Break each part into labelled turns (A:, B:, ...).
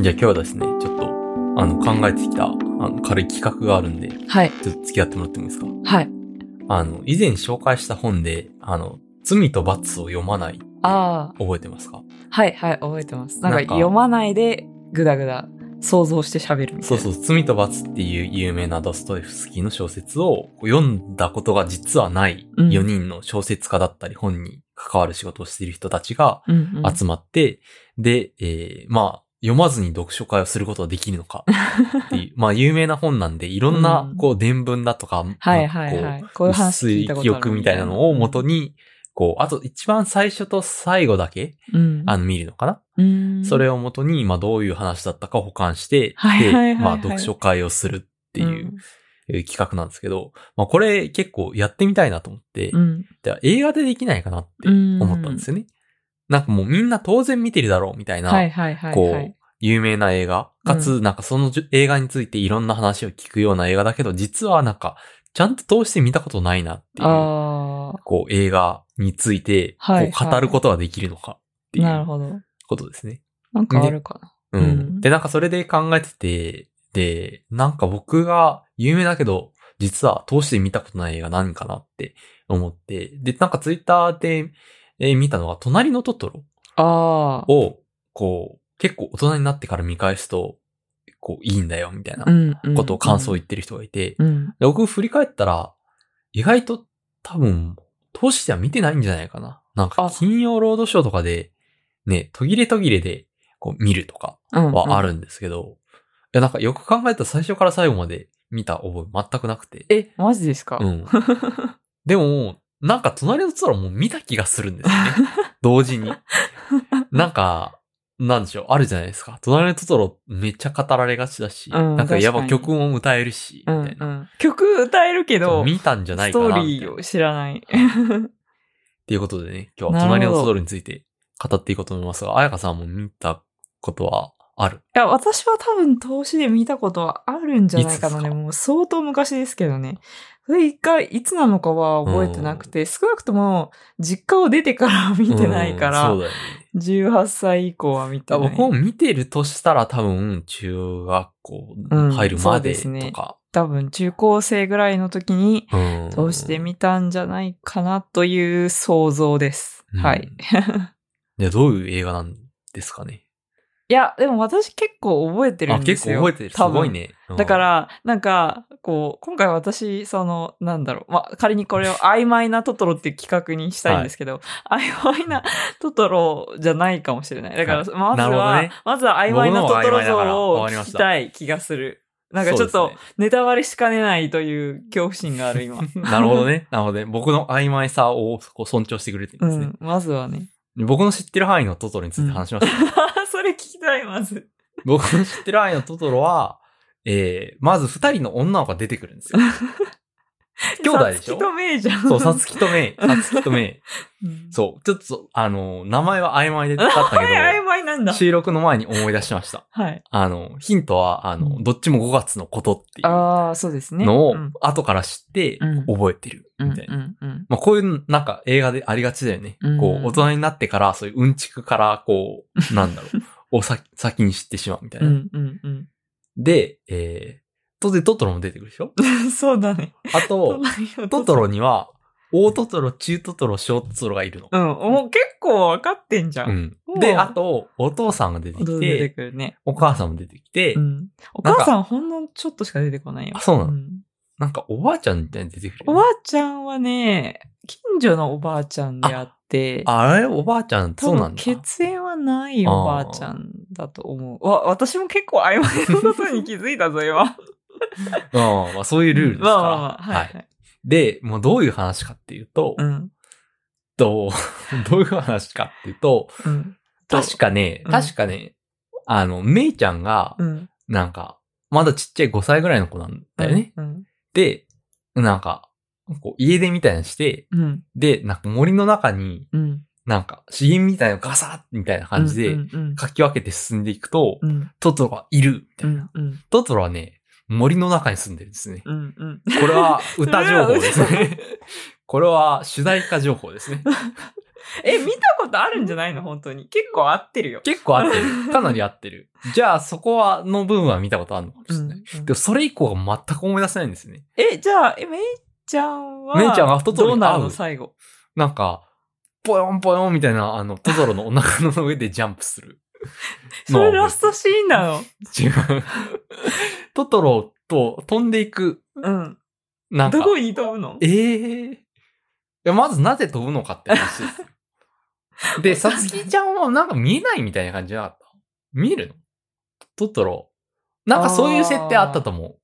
A: じゃあ今日はですね、ちょっと、あの、考えてきた、あの、軽い企画があるんで、
B: はい。
A: ちょっと付き合ってもらってもいいですか
B: はい。
A: あの、以前紹介した本で、あの、罪と罰を読まない。
B: あ
A: 覚えてますか
B: あ、はいはい、覚えてます。なんか
A: なんか
B: 読まないでグダグダ想像して喋るみたいな。。
A: そうそうう、罪と罰っていう有名なドストエフスキーの小説を読んだことが実はない
B: うん
A: 4人の小説家だったり本に関わる仕事をしている人たちが
B: うん、うん。
A: 集まって、で、えーまあ、読まずに読書会をすることはできるのかって いう、まあ、有名な本なんで、いろんな
B: うん、
A: こう、伝聞だとか、
B: はいはい
A: なん
B: は
A: か
B: い。こ
A: こ
B: う
A: う、
B: いう話
A: 薄
B: 聞
A: い
B: いたことある
A: 記憶みたいなのを元
B: に、
A: に、こう、あと一番最初と最後だけ、
B: うん、
A: あの、見るのかな、
B: うん、
A: それ
B: を
A: を元に、まあ、どういう話だったかを保管して、
B: はいはいはいはい
A: で、まあ、読書会をするっていう、えー企画なんですけど、まあ、これ結構やってみたいなと思って、
B: うん
A: で映画でできないかなって思ったんですよね。なんかもうみんな当然見てるだろうみたいな、
B: はいはいはい、
A: こ
B: はい。
A: う、有名な映画、かつなんかそのじゅ映画についていろんな話を聞くような映画だけど、実はなんか、ちゃんと通して見たことないなっていう、
B: ああ、
A: こう映画について、こ
B: はいはいう
A: 語ることができるのかってい
B: なる
A: う
B: ほど。
A: ことですね。
B: なんかあるかな。
A: う
B: うん
A: ん。で、なんかそれで考えてて、で、なんか僕が有名だけど、実は通して見たことない映画何かなって思って、で、なんかツイッターで、えー見たのが、隣のトトロ
B: ああ、
A: を、こう、結構大人になってから見返すと、こう、いいんだよ、みたいな
B: うんうん
A: ことを感想を言ってる人がいて、
B: うん。
A: で僕振り返ったら、意外と多分、通しては見てないんじゃないかな。なんか
B: あ、
A: 金曜ロードショーとかで、ね、途切れ途切れで、こう、見るとか、
B: うん。うん
A: はあ。るんですけど、いや、なんかよく考えたら最初から最後まで見た覚え全くなくて。
B: え、マジですか、
A: うん。でも、なんか隣のトトロも見た気がするんですよ ね。同時に。なんか、なんでしょう、あるじゃないですか。隣のトトロめっちゃ語られがちだし、
B: うん
A: なんかやっぱ
B: 確
A: 曲も歌えるし、みた
B: うんう
A: いな。
B: ん、曲歌えるけど、
A: 見たんじゃな
B: ス
A: いか
B: ト
A: な
B: ー
A: み
B: リ
A: たい
B: ー
A: な。っ
B: を知らない。
A: ていうことでね、今日は
B: な
A: 隣
B: るほ
A: の
B: ど
A: トトロについて語っていこうと思いますが、彩香さんも見たことはある。
B: いや、私は多分投資で見たことはあるんじゃないかな
A: つ
B: いね。
A: ですか
B: もう相当昔ですけどね。それ一回、いつなのかは覚えてなくて、少なくとも実家を出てから見てないか
A: う
B: ら
A: ん、そうだよね。
B: 18歳以降は見て
A: だ
B: な
A: から
B: い。
A: 僕も見てるとしたら多分中学校入るまで
B: うんそうですね
A: とか。
B: 多分中高生ぐらいの時に
A: うん
B: 投資で見たんじゃないかなという想像です。は。
A: う
B: い
A: ん。でど ういう映画なんですかね。
B: いや、でも私結構覚えてる
A: あ、
B: んで
A: 結
B: すよ。
A: 構覚えてる。す
B: 多分
A: ごいね。うん
B: だか、ら、なんか、こう、今回私、その、なんだろう、まあ、仮にこ れを曖昧なトトロっていう企画にしたいんですけど、曖昧なトトロじゃないかもしれない。だから、
A: はい
B: まず
A: なるほ
B: は、
A: どね
B: まずは曖昧なトトロ像
A: 僕の方が曖昧だからわ
B: を
A: かりま
B: 聞
A: し
B: き
A: た
B: たい気がする。なんかちょっ
A: そう
B: と
A: で、す
B: ネタバレしかねないという恐怖心がある、 今。
A: ね。なるほどね。なので、僕の曖昧さをこう尊重してくれてる
B: うん
A: ですね
B: ん、。まずはね。
A: 僕の知ってる範囲のトトロについて話しました。
B: それ聞きたい、まず。
A: 僕の知ってる範囲のトトロは、えー、まず二人の女の子が出てくるんです よ。兄弟でし
B: さつ
A: ょ
B: きとめいじゃん。
A: そう、さつきとめい。さつきとめい。
B: うん
A: そう、ちょっと、あの、名前は曖昧だったけど。
B: 曖昧なんだ。
A: 収録の前に思い出しました。
B: はい。
A: あの、ヒントは、あ
B: う
A: の、
B: ん
A: どっちも5月のことっていう
B: ああ、そうですね。
A: のを
B: うん、
A: 後から知って
B: うん
A: 覚えてる
B: うん、
A: みたいな。
B: うん、うん。
A: まあ、こういう、なんか映画でありがちだよね。
B: うん
A: こう、大人になってから、そういううんちくから、こう、なんだ ろう、を先先に知ってしまうみたいうな。
B: んうんうん
A: で、えー、当然トトロも出てくる でしょ
B: そうだね。
A: あと、トトロには、大トトロ、中トトロ、小トトロがいるの。
B: うん、もう結構分かってんじゃ。
A: うんん
B: お。う
A: で、あと、お父さんが出てき
B: 出て
A: て、
B: くるね。
A: お母さんも出てきて
B: う、ん。お
A: なんか
B: 母さんほんのちょっとしか出てこないよ。
A: あそうなの
B: ん
A: なんかおばあちゃんみたいに出てくるよね。
B: おばあちゃんはね、近所のおばあちゃんであって、
A: あれおばあちゃん、
B: 多
A: そうな
B: 分
A: んだ。
B: 血縁はないおばあちゃんだと思う。わ、私も結構曖昧なことに気づいたぞ、今。
A: うんまあ、そういう ルールですか
B: ま
A: ら。
B: あまあまあ、はい、はい。
A: で、もうどういう話かっていうと、
B: うん。
A: どうどういう話かっていうと、
B: うん。と
A: 確かね、
B: うん
A: 確かね、あの、めいちゃんが、
B: うん。
A: なんか、まだちっちゃい5歳ぐらいの子なんだよね。
B: うん。
A: で、なんか、こう家出みたいなのして、
B: うん。
A: で、なんか森の中に、
B: うん。
A: なんか、資源みたいなのガサッみたいな感じ
B: う
A: で、
B: んうん
A: かき分けて進んでいくと、
B: うん。うん。
A: トトロがいる、みた
B: う
A: いな。
B: ん。うん。
A: トトロはね、森の中に住んでるんですね。
B: うん。うん。
A: これは歌情報ですね。これは主題歌情報ですね。
B: え、見たことあるんじゃないの本当に。結構合ってるよ。
A: 結構合ってる。かなり合ってる。じゃあ、そこは、の部分は見たことあるのかもしれない。
B: うんうん
A: でも、それ以降が全く思い出せないんですよね。
B: え、じゃあ、え、めいちゃんは、
A: めいちゃんはトトロに
B: どうなる
A: 合う
B: の最後。
A: なんか、ぽよんぽよんみたいな、あの、トトロのお腹の上でジャンプする。
B: それラストシーンなの。
A: 違う。トトロと飛んでいく、
B: うん。
A: なんか
B: ど、こに飛ぶの
A: ええいや、まずなぜ飛ぶのかって話です よ。で、さつきちゃんはなんか見えないみたいな感じじゃなかった見るのトトロ。なんかそういう設定あったと思う。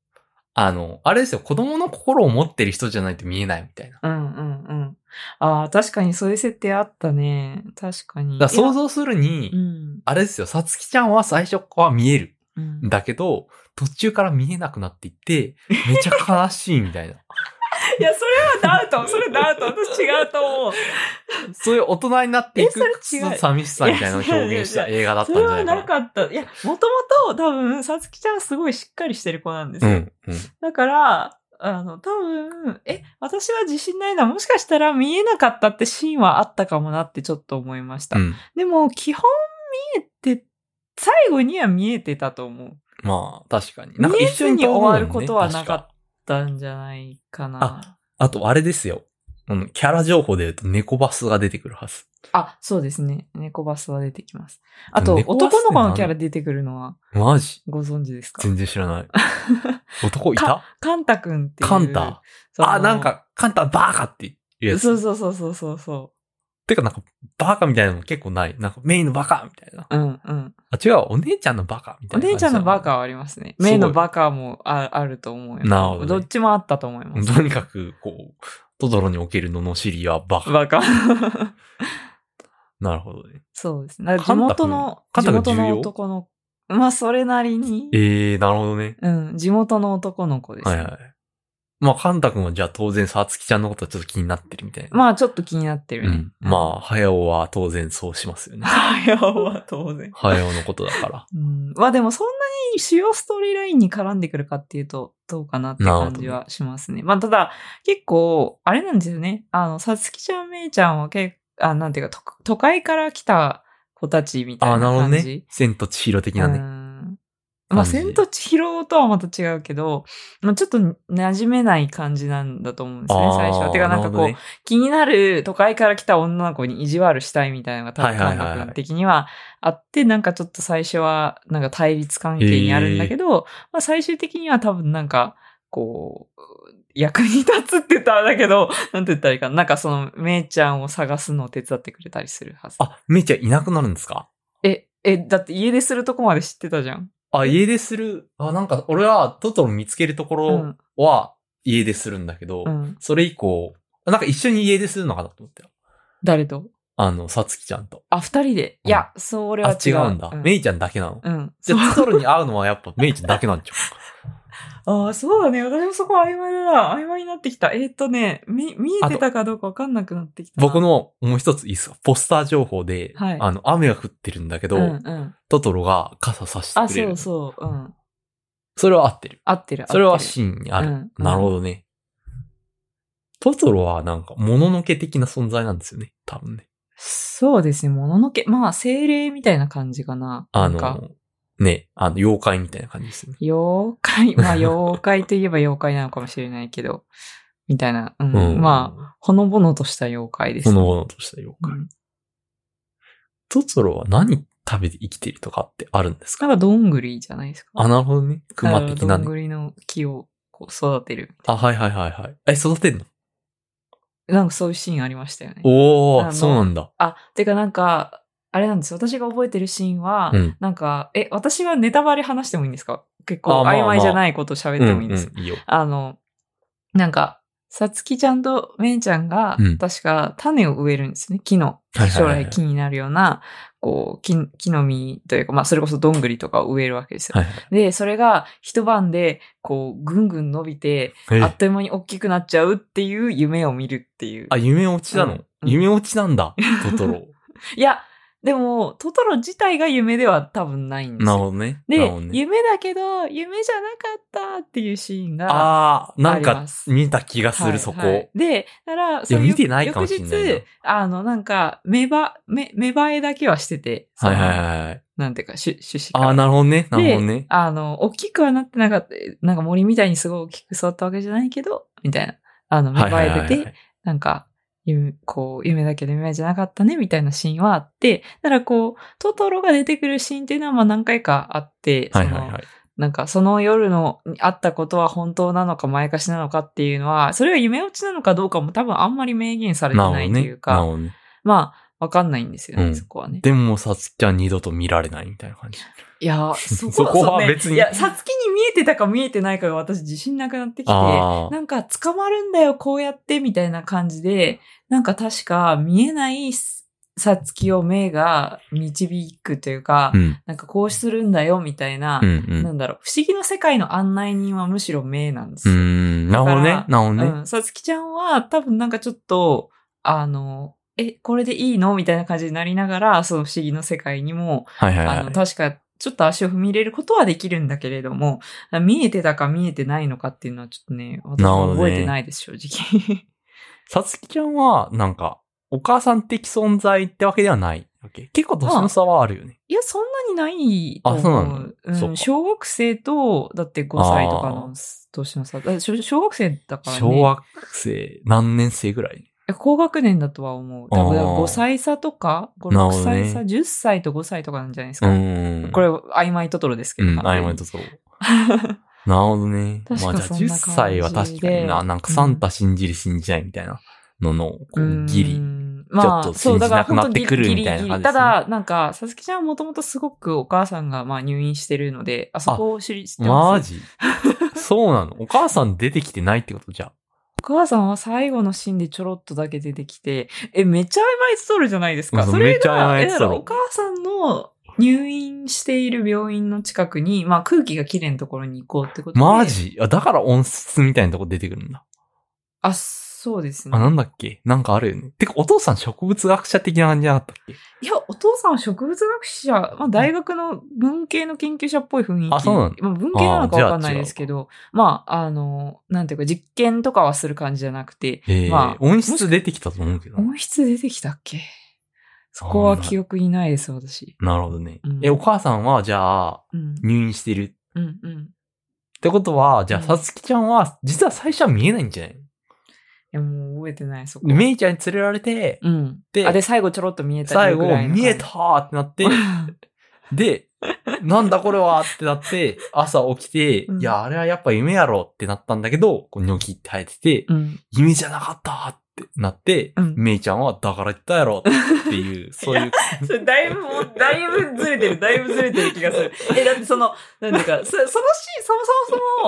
A: あの、あれですよ、子供の心を持ってる人じゃないと見えないみたいな。だか
B: うんうんうん。ああ、確かにそういう設定あったね。確かに。
A: ら想
B: 像。
A: 像するに、
B: うん。
A: あれですよ、さつきちゃんは最初は見える。
B: うん
A: だけど、途中から見えなくなっていって、めちゃ悲しいみたいな。
B: いや、それはダウト。それダウト。私違うと思う。
A: そういう大人になっていく
B: えそれ違う
A: 寂しさみたいなのを表現した映画だったん
B: そ
A: じ
B: れ
A: ゃな
B: はい
A: か
B: な
A: な。
B: かった。いや、もともと多分、さつきちゃんはすごいしっかりしてる子なんです
A: う
B: よ。
A: ん、うん。
B: だから、あの、多分、え、私は自信ないな。もしかしたら見えなかったってシーンはあったかもなってちょっと思いました。
A: うん。
B: でも、基本見えて、最後には見えてたと思う。
A: まあ、確かに。なんか
B: 見え
A: 一
B: ず
A: 緒
B: に
A: に
B: 終わることはな
A: た。
B: か
A: 確
B: っ
A: か
B: たんじゃないかな。
A: あと、あれですよ。あの、キャラ情報で言うと、猫バスが出てくるはず。
B: あそうですね。猫バスは出てきます。あと、
A: 猫バスって
B: 男の子のキャラ
A: 何
B: 出てくるのは
A: マジ
B: ご存知ですか
A: 全然知らない。男いた
B: カンタくんっていう。
A: カンタ。
B: その
A: あ、なん。か、カンタバーカっていうやつ。
B: そうそうそうそうそうそ
A: てか、なんか、バカみたいなのも結構ない。なんか、メインのバカみたいな。
B: う。うんうん。
A: あ、違う、お姉ちゃんのバカみた
B: お
A: いな感じ
B: 姉ち
A: だ
B: ゃん
A: な。
B: のバカはありますね。
A: すごい
B: メイのバカもああると思うよ。
A: なるほどね
B: どっちもあったと思います。
A: とにかく、こう、トドロにおける罵りはバカ。
B: バカ。
A: なるほどね。
B: そうですね。だから地元の、
A: カン
B: 地
A: タくん
B: 元
A: 重要
B: の男の、まあ、それなりに。
A: えー、なるほどね。
B: うん、地元の男の子です、
A: はいはい。まあ、カンタ君はじゃあ当然、さつきちゃんのことはちょっと気になってるみたいな。
B: まあ、ちょっと気になって
A: う
B: るね。
A: ん。まあ、早尾は当然そうしますよね
B: あ。。早尾は当然。
A: 早尾のことだから。
B: うん、まあでもそんなに主要ストーリーラインに絡んでくるかっていうと、どうかなって感じはしますね。まあただ、結構、あれなんですよね。あの、さつきちゃん、めいちゃんは結構、あ、なんていうか、都都会から来た子たちみたい
A: あ
B: な
A: あ、なるほど
B: 感じ。
A: ね。千と千尋的な
B: う
A: ね。
B: んまあ、千と千尋とはまた違うけど、まあ、ちょっと馴染めない感じなんだと思うんですね、
A: ああ
B: 最初は。てか、なんかこう、
A: なるほどね
B: 気になる都会から来た女の子に意地悪したいみたいなのが多
A: はい
B: 分
A: はい
B: 感
A: はいはい
B: 覚的にはあって、なんかちょっと最初はなんか対立関係にあるんだけど、まあ最終的には多分なんか、こう、役に立つって言ったらあれだけど、なんて言ったらいいかな。なんかその、めいちゃんを探すのを手伝ってくれたりするはず。
A: あ、めいちゃんいなくなるんですか
B: え、え、だって家出するとこまで知ってたじゃん。
A: あ、家出する。あ、なんか、俺はトトロ見つけるとこ
B: う
A: ろ
B: ん。
A: は家出するんだけど、
B: うん。
A: それ以降、なんか一緒に家出するのかなと思ったよ。
B: 誰と
A: あの、さつきちゃんと。
B: あ、二人で。いや、それ
A: あ
B: は、違
A: 違
B: う。
A: うんだ。
B: うん
A: めいちゃんだけなの。
B: うん。
A: じゃあ、トトロに会うのはや っぱめいちゃんだけなんちゃう
B: ああ、そうだね。私もそこ曖昧だな。曖昧になってきた。えーっ、とね、み、見えてたかどうかわかんなくなってきたな。
A: 僕のもう一ついいっすかポスター情報で、
B: はい
A: あの、雨が降ってるんだけど、
B: うんうん。
A: トトロが傘さして
B: あ、
A: くれ
B: そ
A: る。
B: うそう。うん。
A: それは合ってる。
B: 合ってる。合って
A: そ
B: る
A: れはシーンにある。
B: うんうん
A: なるほどね。トトロはなんか、もののけ的な存在なんですよね。多分ね。
B: そうですね。もののけ。まあ、精霊みたいな感じかな。
A: あ
B: なんか
A: の、ね、あの、妖怪みたいな感じですよね。
B: 妖怪。まあ、妖怪といえば妖怪なのかもしれないけど。みたいな。うん。まあ、
A: あ、
B: ほのぼのとした妖怪です、
A: ほのぼのとした妖怪。
B: うん
A: トトロは何食べて生きてるとかってあるんです
B: な
A: か
B: んか、どんぐりじゃないですか。
A: あ、なるほどね。熊的な
B: だからどん
A: ね。
B: ぐりの木をこう育てる。
A: あ、はいはいはいはい。え、育てんの
B: なんかそういうシーンありましたよね。
A: お
B: あ
A: ー、
B: の
A: そうなんだ。
B: あ、てかなんか、あれなんですよ。私が覚えてるシーンは、
A: うん。
B: なんか、え、私はネタバレ話してもいいんですか結構
A: あまあまあ
B: 曖昧じゃないこと喋ってもいいんですよ。
A: うんうん、いいよ。
B: あの、なんか、さつきちゃんとめいちゃんが
A: うん、
B: 確か種を植えるんですね、木の。
A: はいはい
B: 将
A: はいはい
B: 来木になるような、こう、木木の実というか、まあ、それこそどんぐりとかを植えるわけですよ。
A: はい
B: で、それが一晩で、こう、ぐんぐん伸びて、
A: はい。
B: あ
A: え
B: っという間に大きくなっちゃうっていう夢を見るっていう
A: あ、。夢落ちなの、
B: うん
A: 夢落ちなんだ、トトロ。
B: いや、でも、トトロ自体が夢では多分ないんです
A: なるほ
B: よ。
A: どね。なる
B: で
A: ほど、ね。
B: 夢だけど、夢じゃなかったっていうシーンが、
A: ああ、なん
B: あり
A: か
B: ます
A: 見た気がす
B: は
A: る、
B: い
A: そこ。
B: はいで、だから、
A: いや、
B: の
A: 見てないかもしれないな。
B: 翌日、あの、なんか、芽ば、芽、芽生えだけはしてて、そ
A: は
B: の
A: いはいはいはい。
B: なんていうか、種、種子から
A: ああ、なるほどね。なるほど
B: で
A: ね。
B: あの、大きくはなってなかった、なんか森みたいにすごい大きく育ったわけじゃないけど、みたいな。あの、芽
A: はい
B: 生
A: はい
B: え
A: はい
B: て
A: は
B: て、
A: い。
B: なんか、夢こう、夢だけど夢じゃなかったね、みたいなシーンはあって、だからこう、トトロが出てくるシーンっていうのはまあ何回かあって、
A: はい
B: その
A: はいはい。
B: なんかその夜のにあったことは本当なのか前かしなのかっていうのは、それが夢落ちなのかどうかも多分あんまり明言されて
A: なるほ
B: な
A: ど
B: いと
A: ね。
B: いう
A: なる
B: か、
A: ほどね。
B: まあ、わかんないんですよね、
A: うん
B: そこはね。
A: でも、さつきちゃん二度と見られないみたいな感じ。
B: いや、そこ
A: そこは
B: そうね
A: 別に
B: いや、さつきに見えてたか見えてないかが私自信なくなってきて、
A: ああ。
B: なんか捕まるんだよ、こうやって、みたいな感じで、なんか確か見えないさつきを目が導くというか、
A: うん。
B: なんかこうするんだよ、みたいな、
A: うん
B: なんだろう、不思議の世界の案内人はむしろ目なんです
A: うん。う
B: よ。
A: ん。なるほどね。なるほどね。
B: うんさつきちゃんは多分なんかちょっと、あの、え、これでいいのみたいな感じになりながら、その不思議の世界にも、
A: はいはい
B: あ
A: は
B: の、
A: い。
B: 確か、ちょっと足を踏み入れることはできるんだけれども、見えてたか見えてないのかっていうのはちょっとね、私
A: なるほど
B: も
A: ね
B: 覚えてないです、正直。
A: さつきちゃんは、なんか、お母さん的存在ってわけではないわけ。結構年の差はあるよね。
B: いや、そんなにないと思う。、
A: あそうなのそううんか
B: 小学生と、だって5歳とか
A: あ
B: の年の差。だって小小学生だからね。
A: 小学生、何年生ぐらい
B: え高学年だとは思う。多分
A: あー
B: 5歳差とか、5、
A: なるほ
B: 6
A: どね
B: 歳差、10歳と5歳とかなんじゃないです
A: う
B: か。
A: ん。
B: これ、曖昧トトロですけ
A: う
B: ど。
A: ん、曖昧と そう。なるほどね。
B: 確か
A: まあじゃあ
B: そ
A: 10
B: んな感じで
A: 歳は確かにな、なんかサンタ信じる信じないみたいなのの、こう、ギリ。
B: リ。
A: ちょっと信じなくなってくるみたいな感じですね
B: だから本当ギリギリギリただ、なんか、さつきちゃんはもともとすごくお母さんがまあ入院してるので、あそこを知り、知ってます
A: マジそうなのお母さん出てきてないってことじゃあ。
B: お母さんは最後のシーンでちょろっとだけ出てきて、え、めっちゃ曖昧ストールじゃないですか。
A: うん
B: それ
A: めっちゃ曖
B: が、
A: 昧
B: え、
A: ス
B: だ
A: ト
B: か
A: ール
B: らお母さんの入院している病院の近くに、まあ空気がきれいなところに行こうってことで。
A: マジあ、だから音質みたいなとこ出てくるんだ。
B: あ、そうですね
A: あ、。なんだっけなんかあるよね。てか、お父さん植物学者的な感じじゃなかったっけ
B: いや、お父さんは植物学者、まあ大学の文系の研究者っぽい雰囲気。
A: あそうなの
B: まあ文系なの
A: あー
B: か
A: じゃ
B: わ
A: あ
B: かんないですけど、まあ、あの、なんていうか実験とかはする感じじゃなくて、
A: えー
B: まあ
A: 音質出てきたと思うけど。
B: 音質出てきたっけそこは記憶にないです、私。
A: なるほどね
B: うん。
A: え、お母さんは、じゃあ、
B: うん。
A: 入院してる。
B: うんうん。
A: ってことは、じゃあ、
B: うん
A: さつきちゃんは、実は最初は見えないんじゃない
B: いや、もう覚えてない、そこ。
A: のめいちゃんに連れられて、
B: うん。
A: で
B: あ、で、最後ちょろっと見えた
A: 最
B: ぐ
A: 後
B: ら、いの感じ
A: 見えたーってな って、で、なんだこれはってなって、朝起きて、
B: うん
A: いや、あれはやっぱ夢やろってなったんだけど、こうニョキって生えてて、
B: うん。
A: 夢じゃなかったーってなって、
B: うん
A: めいちゃんはだから言ったやろって いう、そういう。
B: それだいぶ、もうだいぶずれてる、だいぶずれてる気がする。 え、だってその、なんていうか、そそのシーン、そもそ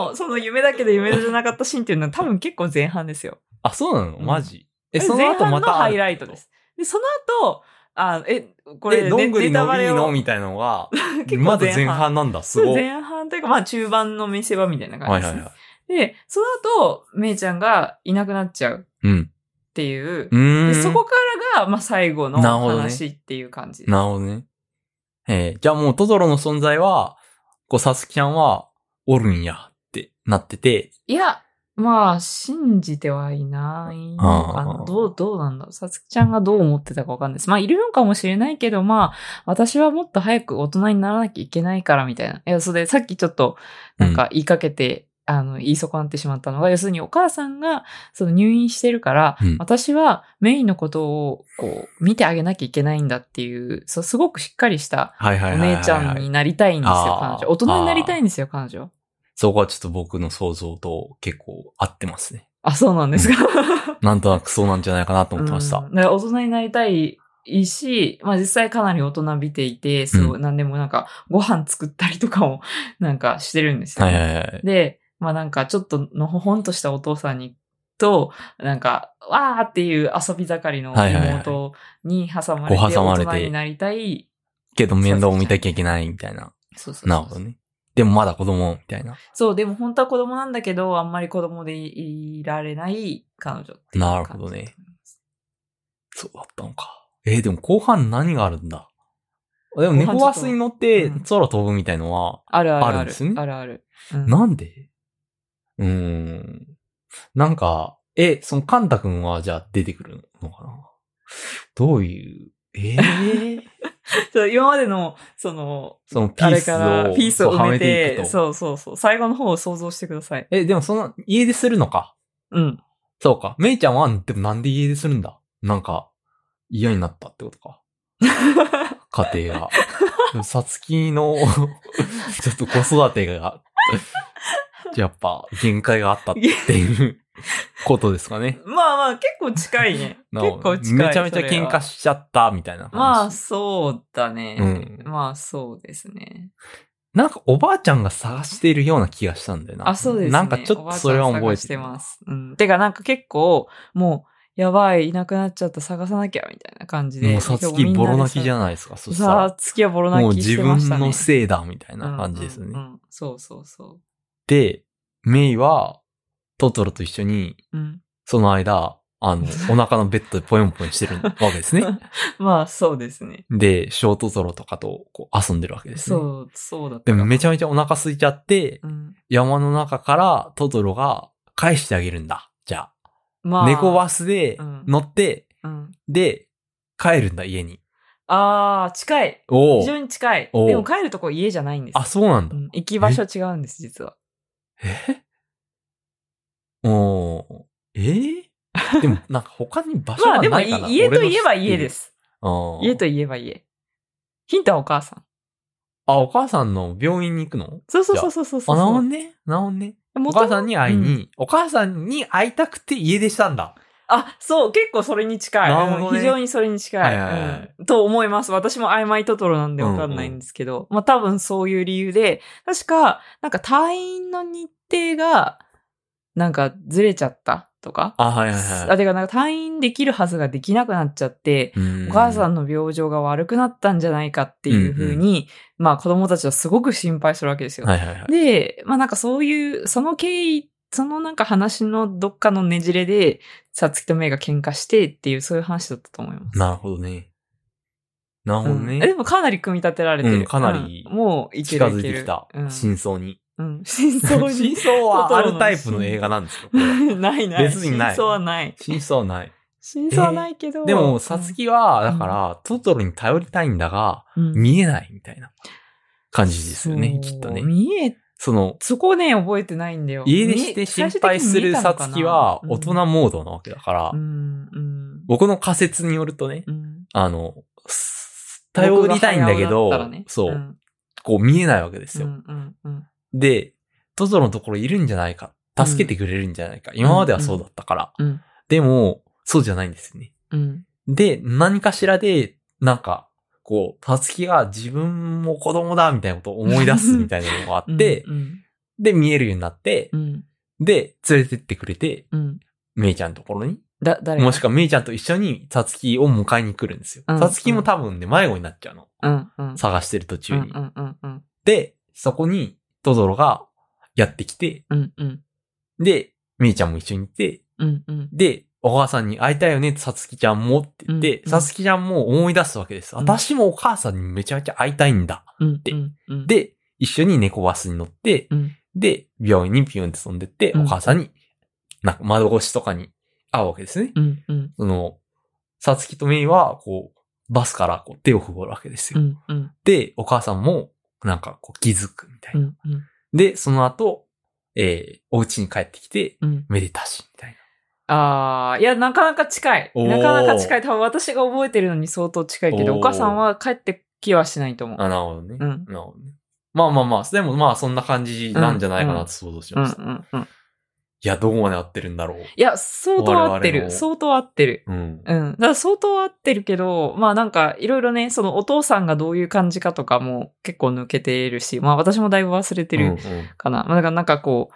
B: もそも、その夢だけど夢じゃなかったシーンっていうのは多分結構前半ですよ。
A: あ、そうなの
B: うん
A: マジ。え、
B: あれ
A: その後
B: 前半
A: ま
B: の
A: た。
B: ハイライトです。。で、その後、あ、え、これ、
A: え、どんぐり
B: ネタ
A: の
B: バ
A: び
B: レ
A: ー
B: を
A: のみたいなのが、
B: 結構
A: まだ前半なんだ。すごい。
B: 前半というか、まあ中盤の見せ場みたいな
A: は
B: 感
A: い
B: じで
A: は
B: す、
A: い
B: ね
A: はい。
B: で、その後、めいちゃんがいなくなっちゃう
A: うん。
B: っていう
A: うーん。
B: でそこからが、まあ、最後の
A: なるほどね
B: 話っていう感じです。
A: なるほどね。えーじゃあもうトトロの存在は、こう、サスキちゃんは、おるんやってなってて、
B: いや、まあ、信じてはいないのか
A: あ
B: な。
A: ー
B: どう、どうなんだろう。さつきちゃんがどう思ってたかわかんないです。まあ、いるのかもしれないけど、まあ、私はもっと早く大人にならなきゃいけないから、みたいな。いや、それで、さっきちょっと、なんか言いかけて、あの、言い損なってしまったのが、要するにお母さんが、その入院してるから、
A: うん
B: 私はメインのことを、こう、見てあげなきゃいけないんだっていう、そう、すごくしっかりした、
A: はいはいは
B: お
A: いはい、はい。
B: 姉ちゃんになりたいんですよ、
A: あー
B: 彼女。大人になりたいんですよ、彼女。
A: そこはちょっと僕の想像と結構合ってますね。
B: あ、そうなんですか。
A: なんとなくそうなんじゃないかなと思ってまし
B: うん
A: た。
B: だから大人になりたいし、まあ実際かなり大人びていて、そう、
A: う
B: なんでもなんか、ご飯作ったりとかも、 なんかしてるんですよ、
A: はいはいはい。
B: で、まあなんか、ちょっとのほほんとしたお父さんに、と、なんか、わーっていう遊び盛りの
A: はいはいはい
B: 妹に挟まれて、
A: こう挟まれて
B: 大人になりたい。
A: けど面倒を見なきゃいけないみたいな。
B: そうそうそうそう
A: なるほどね。でもまだ子供みたいな。
B: そう、でも本当は子供なんだけど、あんまり子供でいいられない彼女っていう感じだと思います
A: そうだったのか。えーでも後半何があるんだでも猫バスに乗って
B: うん
A: 空飛ぶみたいのは、
B: あるあるある。
A: あるんですね
B: あるある。うん
A: なんでうーん。なんか、え、そのカンタ君はじゃあ出てくるのかなどういう、ええ
B: ちょっと今までの、その、
A: そのピ
B: あ
A: ー
B: れ
A: ス
B: から
A: を
B: ピースを
A: そう
B: 埋
A: は
B: め
A: てい
B: て、
A: くと。
B: そうそうそう。最後の方を想像してください。
A: え、でもその、家出するのか。
B: うん。
A: そうか。メイちゃんは、でもなんで家出するんだなんか、嫌になったってこと か。家庭が。でもさつきの、 ちょっと子育て が、やっぱ、限界があったって いうことですかね。
B: まあまあ、結構近いね。
A: な
B: 結構近い。
A: めちゃめちゃ喧嘩し
B: し
A: ちゃった、みたいな話。
B: まあ、そうだね。
A: うん
B: まあ、そうですね。
A: なんかおばあちゃんが探しているような気がしたんだよな。
B: あ、そうですね。
A: なんかちょっとそれは
B: おば
A: 覚
B: あ
A: え
B: ちゃん探してて
A: るな
B: ます。うん。てか、なんか結構、もう、やばい、いなくなっちゃった、探さなきゃ、みたいな感じで。
A: もうさつきボロ泣きじゃ
B: ん。
A: ないですか。そしたら。
B: さつきはボロ
A: もう
B: 泣きし
A: 自
B: てま
A: 分
B: したね。
A: のせいだ、みたい
B: い
A: な感じですね。
B: うんうんうんそうそうそ
A: で、メイは、トトロと一緒に、
B: う。うん。
A: その間、あ の、お腹のベッドでポヨンポヨンしてるわけですね。
B: まあ、そうですね。
A: で、小トトロとかとこう遊んでるわけですね。
B: そう、そうだった
A: で
B: かな。
A: もめちゃめちゃお腹空いちゃって、
B: うん。
A: 山の中からトトロが返してあげるんだ。じゃ
B: ま
A: あ、
B: あ。
A: 猫バスで
B: うん
A: 乗って、
B: うん。
A: で、帰るんだ、家に。
B: ああ、近い。
A: お
B: 非
A: お
B: 常。に近い。
A: おう
B: でも帰るとこ家じゃないんです。
A: あ、そうなんだ
B: う。ん行き場所違うんです、実は。
A: えおーえーでも、なんか他に場所
B: まあ
A: が
B: でも
A: ない
B: い
A: かな。。
B: 家といえば家ですす。
A: あー
B: 家といえば家。ヒントはお母さん。
A: あ、お母さんの病院に行くの
B: そうそうそうそうそうそう。
A: あ、なおんね。なおんね。お
B: 元
A: 母さんに会いに、お母さんに会いたくて家出したんだ。
B: あ、そう、結構それに近い。
A: なるほどね
B: うん非常にそれに近い,、
A: はいはいはい
B: うんと思います。私も曖昧トトロなんでわかんないんですけど、まあ多分そういう理由で、確か、なんか退院の日程が、なんかずれちゃったとか。
A: あ、はいはい
B: あ、
A: は
B: てかなんか退院できるはずができなくなっちゃって、
A: い。うん
B: お母さんの病状が悪くなったんじゃないかっていうふうに、まあ子供たちはすごく心配するわけですよ。
A: はいはいはい。
B: で、まあなんかそういう、その経緯、そのなんか話のどっかのねじれで、さつきとめいが喧嘩してっていう、そういう話だったと思います。
A: なるほどね。なるほど
B: うん
A: ね。
B: でもかなり組み立てられてる。
A: うんかなり
B: うんもういけ
A: 近
B: る
A: づい
B: け
A: て
B: る
A: きた。
B: うん。
A: 真相に。
B: うん真相
A: 真
B: に。
A: 相はあるタイプ
B: トトロ
A: の
B: の
A: 映画なんですよ。これは
B: ないない。
A: 別にない
B: 真相はない。
A: 真相はない。
B: 真相はないけど。
A: でも、さつきは、だから、トトロに頼りたいんだが、
B: うん、
A: 見えないみたいな感じですよ
B: そ
A: ね
B: う、
A: きっとね。
B: 見え
A: その、
B: そこね、覚えてないんだよ。
A: 家出して
B: み
A: 心配するさつきは、大人。モードなわけだから、
B: 最終的に見えたのかなうん、うん、
A: 僕の仮説によるとね、
B: うん。
A: あの、す頼りたいんだけど、
B: 僕が早尾だったらね
A: そう、
B: ん
A: こう見えないわけですよ。
B: うんうんうん
A: で、トトロのところいるんじゃないか。助けてくれるんじゃないか。今まではそうだったから。
B: うんうん
A: でも、そうじゃないんですよね。
B: うん
A: で、何かしらで、なんか、こう、たつきが自分も子供だみたいなことを思い出すみたいなのがあ
B: うん。
A: って、
B: うん
A: で、見えるようになって
B: う、ん
A: で、連れてってくれて、
B: うん。
A: めいちゃんのところに、
B: だ、誰
A: もしくはめいちゃんと一緒にたつきを迎えに来るんですよ。
B: うん
A: たつきも多分ね、迷子になっちゃうの。
B: うんうん。
A: 探してる途中
B: うん
A: に。
B: うんうんうん。
A: で、そこに、トドロがやってきて、
B: うんうん
A: で、めいちゃんも一緒にいて、
B: うんうん。
A: で、お母さんに会いたいよね、さつきちゃんもって言って
B: う、ん
A: さつきちゃんも思い出すわけです。
B: うん
A: 私もお母さんにめちゃめちゃ会いたいんだ。
B: うん
A: で
B: うんうん、
A: で、一緒に猫バスに乗って、
B: うん
A: で、病院にピュンって飛んでって、
B: うん
A: お母さんに、なんか窓越しとかに会うわけですね。
B: うんうん
A: その、さつきとめいは、こう、バスからこう手を振るわけです
B: う
A: よ。
B: んうん
A: で、お母さんも、なんかこう気づくみたいうな。
B: んうん
A: で、その後、えー、お家に帰ってきて、
B: うん。
A: めでたし、みたいな。
B: ああ、いや、なかなか近い。
A: おー
B: なかなか近い。多分私が覚えてるのに相当近いけど、
A: おー
B: お母さんは帰ってきはしないと思う。
A: あ、なるほどね。
B: うん
A: なるほどね。まあまあまあ、でもまあそんな感じなんじゃないかなと想像し
B: うん
A: ま
B: う
A: した。
B: んうん。
A: いや、どこまで合ってるんだろう。
B: いや、相当合って
A: 我々の
B: る。相当合ってる。
A: うん。
B: うん。だから相当合ってるけど、まあなんかいろいろね、そのお父さんがどういう感じかとかも結構抜けてるし、まあ私もだいぶ忘れて
A: うんう
B: る
A: ん
B: かな。まあだからなんかこ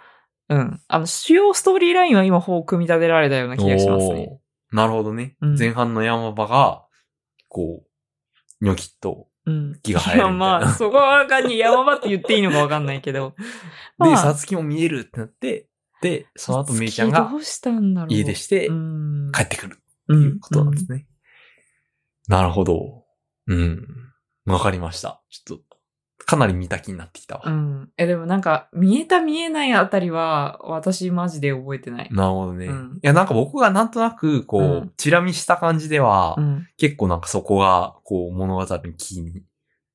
B: う、うん。あの、主要ストーリーラインは今、こう組み立てられたような気がしますね。
A: おーなるほどね。
B: うん
A: 前半の山場が、こう、ニョキッと。
B: うん。
A: 気が入るみたいな
B: まあ、そこがに山場って言っていいのかわかんない けど。
A: で、
B: まあ
A: さつきも見えるってなって、で、その後めいちゃんが
B: どうしたんだろう。
A: 家出して
B: うん。
A: 帰ってくる
B: う
A: と
B: ん
A: いうことなんですね。なるほど。うん。わかりました。ちょっと、かなり見た気になってきたわ。
B: うん。え、でもなんか、見えた見えないあたりは、私マジで覚えてない。
A: なるほどね。
B: うん
A: いや、なんか僕がなんとなく、こう、
B: うん
A: チラ見した感じでは、
B: うん。
A: 結構なんかそこが、こう、物語のキーに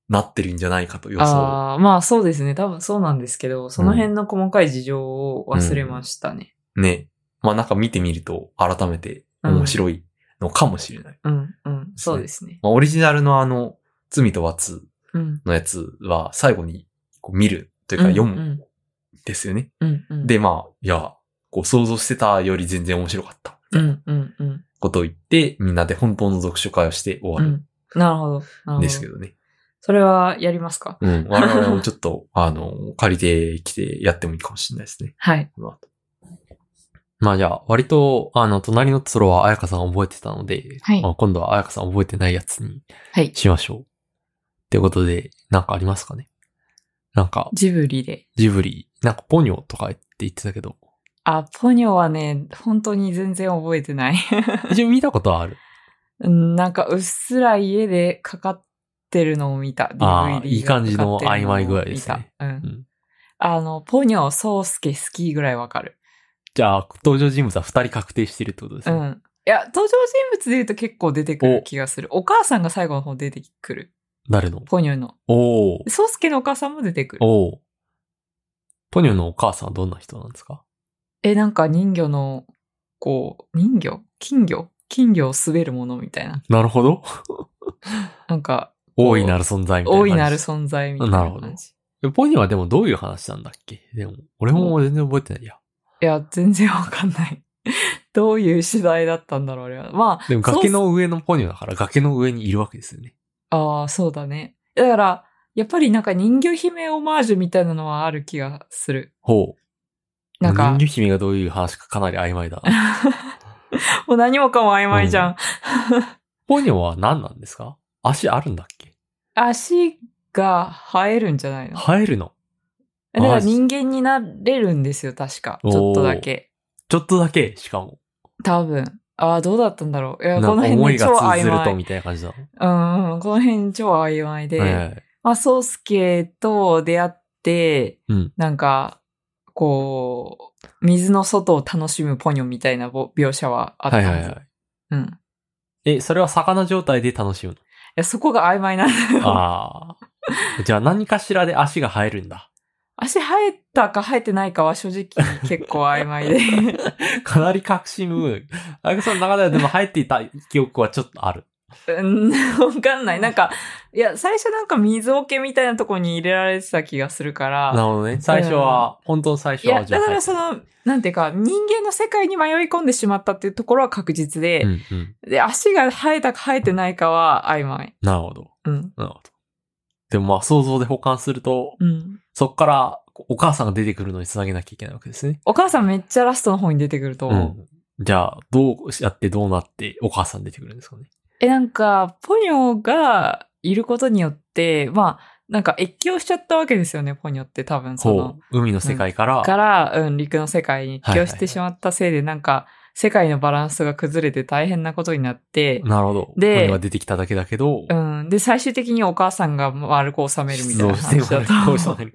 A: なってるんじゃないかと予想。
B: ああ、まあそうですね。多分そうなんですけど、その辺の細かい事情を忘れましたね。
A: ね。まあなんか見てみると、改めて面白いのかもしれない。
B: うん、うん。そうですね。
A: まあオリジナルのあの、罪と罰
B: うん。
A: のやつは、最後にこう見るというか読むん
B: う
A: ですよね。
B: ん。うん、うん。
A: で、まあ、いや、こう想像してたより全然面白かった。みた
B: う、
A: いなん
B: うん、うん。
A: ことを言って、みんなで本当の読書会をして
B: う
A: 終わ
B: ん。なるほど。なる
A: る
B: ほ
A: ん
B: ど
A: ですけ。どね。
B: それはやりますか
A: うん。我々もちょっと、あの、借りてきてやってもいいかもしれないですね。
B: はい。
A: この後。まあじゃあ、割と、あの、隣のトロは彩香さん覚えてたので、
B: はい
A: まあ今度は彩香さん覚えてないやつに
B: はい。
A: しましょう。ってことで、なんかありますかねなんか、
B: ジブリで。
A: ジブリ、なんかポニョとかって言ってたけど、
B: あ、ポニョはね、本当に全然覚えてない。
A: 一応見たことはある。
B: うんなんか、うっすら家でかかってるのを見た。
A: あー
B: DVD
A: いい感じの
B: がかかって
A: 曖
B: るを
A: 昧具合ですね
B: 見たう。
A: うんん
B: あの、ポニョ、ソウスケ、スキーぐらいわかる。
A: じゃあ、登場人物は二人確定してるってことです
B: う
A: ね。
B: ん。いや、登場人物で言うと結構出てくる気がする。お母さんが最後の方出てくる。
A: 誰の
B: ポニョの。
A: おー。
B: ソウスケのお母さんも出てくる。
A: おー。ポニョのお母さんはどんな人なんですか
B: え、なんか人魚の、こう、人魚金魚金魚を滑るものみたいな。
A: なるほど。
B: なんか、
A: 大いなる存在みたいな
B: 大
A: 感じ。
B: いなる存在みたいな
A: な
B: 感
A: る
B: じ。
A: ほどポニョはでもどういう話なんだっけでも、俺も全然覚えてないや。
B: いや、全然わかんない。 どういう次第だったんだろう、あれは。ま
A: でも崖の上のポニョだから崖の上にいるわけですよね。
B: あ、ああ、そうだね。だから、やっぱりなんか人魚姫オマージュみたいなのはある気がする。
A: ほう。
B: なんか
A: 人、魚姫がどういう話かかなり曖昧だな。
B: もう何もかも曖昧じゃん。
A: ポニョは何なんですか足あるんだっけ
B: 足が生えるんじゃないの
A: 生えるの
B: だから
A: マジ
B: 人間になれるんですよ、確か。
A: お
B: ち
A: ー
B: ょっとだけ。
A: ちょっとだけ、しかも。
B: 多分。ああ、どうだったんだろう。いや、
A: な
B: こ
A: んか
B: の辺
A: 思い
B: で超
A: が通
B: 曖
A: ずる
B: 昧。
A: と
B: うん、
A: みたいな感じだ
B: この辺超曖昧で。
A: の。え
B: まあ、ソウスケと出会って、
A: うん
B: なんか、こう、水の外を楽しむポニョみたいなぼ描写はあ
A: え
B: った
A: はい
B: んです、
A: はいはい。
B: うん。い
A: え、それは魚状態で楽しむ
B: や、そこが曖昧なんだ
A: の。
B: よ。
A: ああ。じゃあ何かしらで足が生えるんだ。
B: 足生えたか生えてないかは正直結構曖昧で。
A: かなり確信ムー。あやさんの中ではでも生えていた記憶はちょっとある。
B: うん、わかんない。なんか、いや、最初なんか水桶みたいなとこに入れられてた気がするから。
A: なるほどね。最初は、本当の最
B: い
A: 初
B: や、
A: はじゃ
B: だ
A: あ
B: か
A: 生えて
B: らその、なんていうか、人間の世界に迷い込んでしまったっていうところは確実で、
A: うんうん。
B: で、足が生えたか生えてないかは曖昧。
A: なるほど。
B: うん。
A: なるほど。でもまあ想像で保管すると、
B: うん。
A: そっからお母さんが出てくるのにつなげなきゃいけないわけですね。
B: お母さんめっちゃラストの方に出てくると
A: う
B: 思う。
A: ん。じゃあ、どうやってどうなってお母さん出てくるんですかね。
B: え、なんか、ポニョがいることによって、まあ、なんか越境しちゃったわけですよね、ポニョって多分その
A: ほ。う。海の世界から、
B: から、うん、陸の世界に越境
A: はいはい
B: し
A: はい
B: てしまったせいで、なんか、世界のバランスが崩れて大変なことになって、
A: なるほど。
B: で
A: ポニョが出てきただけだけど、
B: うん、で、最終的にお母さんが丸く収めるみたいな
A: 出動
B: 話
A: して
B: だ
A: も
B: った
A: らうこうなる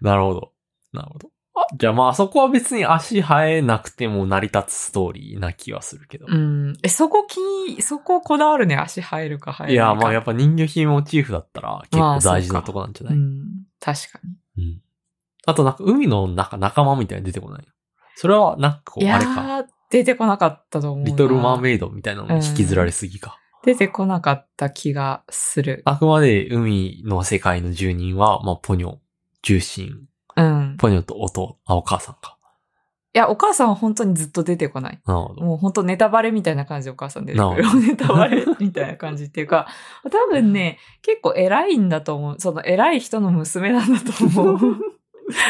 A: なるほど。なるほど。あじゃあまあそこは別に足生えなくても成り立つストーリーな気はするけど。
B: うん、え、そこ気に、そここだわるね、足生えるか生えないいか。
A: や、まあやっぱ人魚姫モチーフだったら結構大事なとこなんじゃな
B: う
A: い、
B: ん、確かに。
A: うん。あとなんか海の中、仲間みたいなの出てこないそれはなんかこ、
B: いうや
A: あれか。
B: ー、出てこなかったと思うな。
A: リトルマーメイドみたいなのに引きずられすぎか。
B: 出てこなかった気がする。
A: あくまで海の世界の住人は、まあポニョ、重心、
B: うん。
A: ポニョとお父、あ、お母さんか。
B: いや、お母さんは本当にずっと出てこない。
A: なるほど。
B: もう本当ネタバレみたいな感じでお母さん出てく
A: なるほ
B: る。 ネタバレみたいな感じっていうか、 多分ね、結構偉いんだと思う。その偉い人の娘なんだと思 う。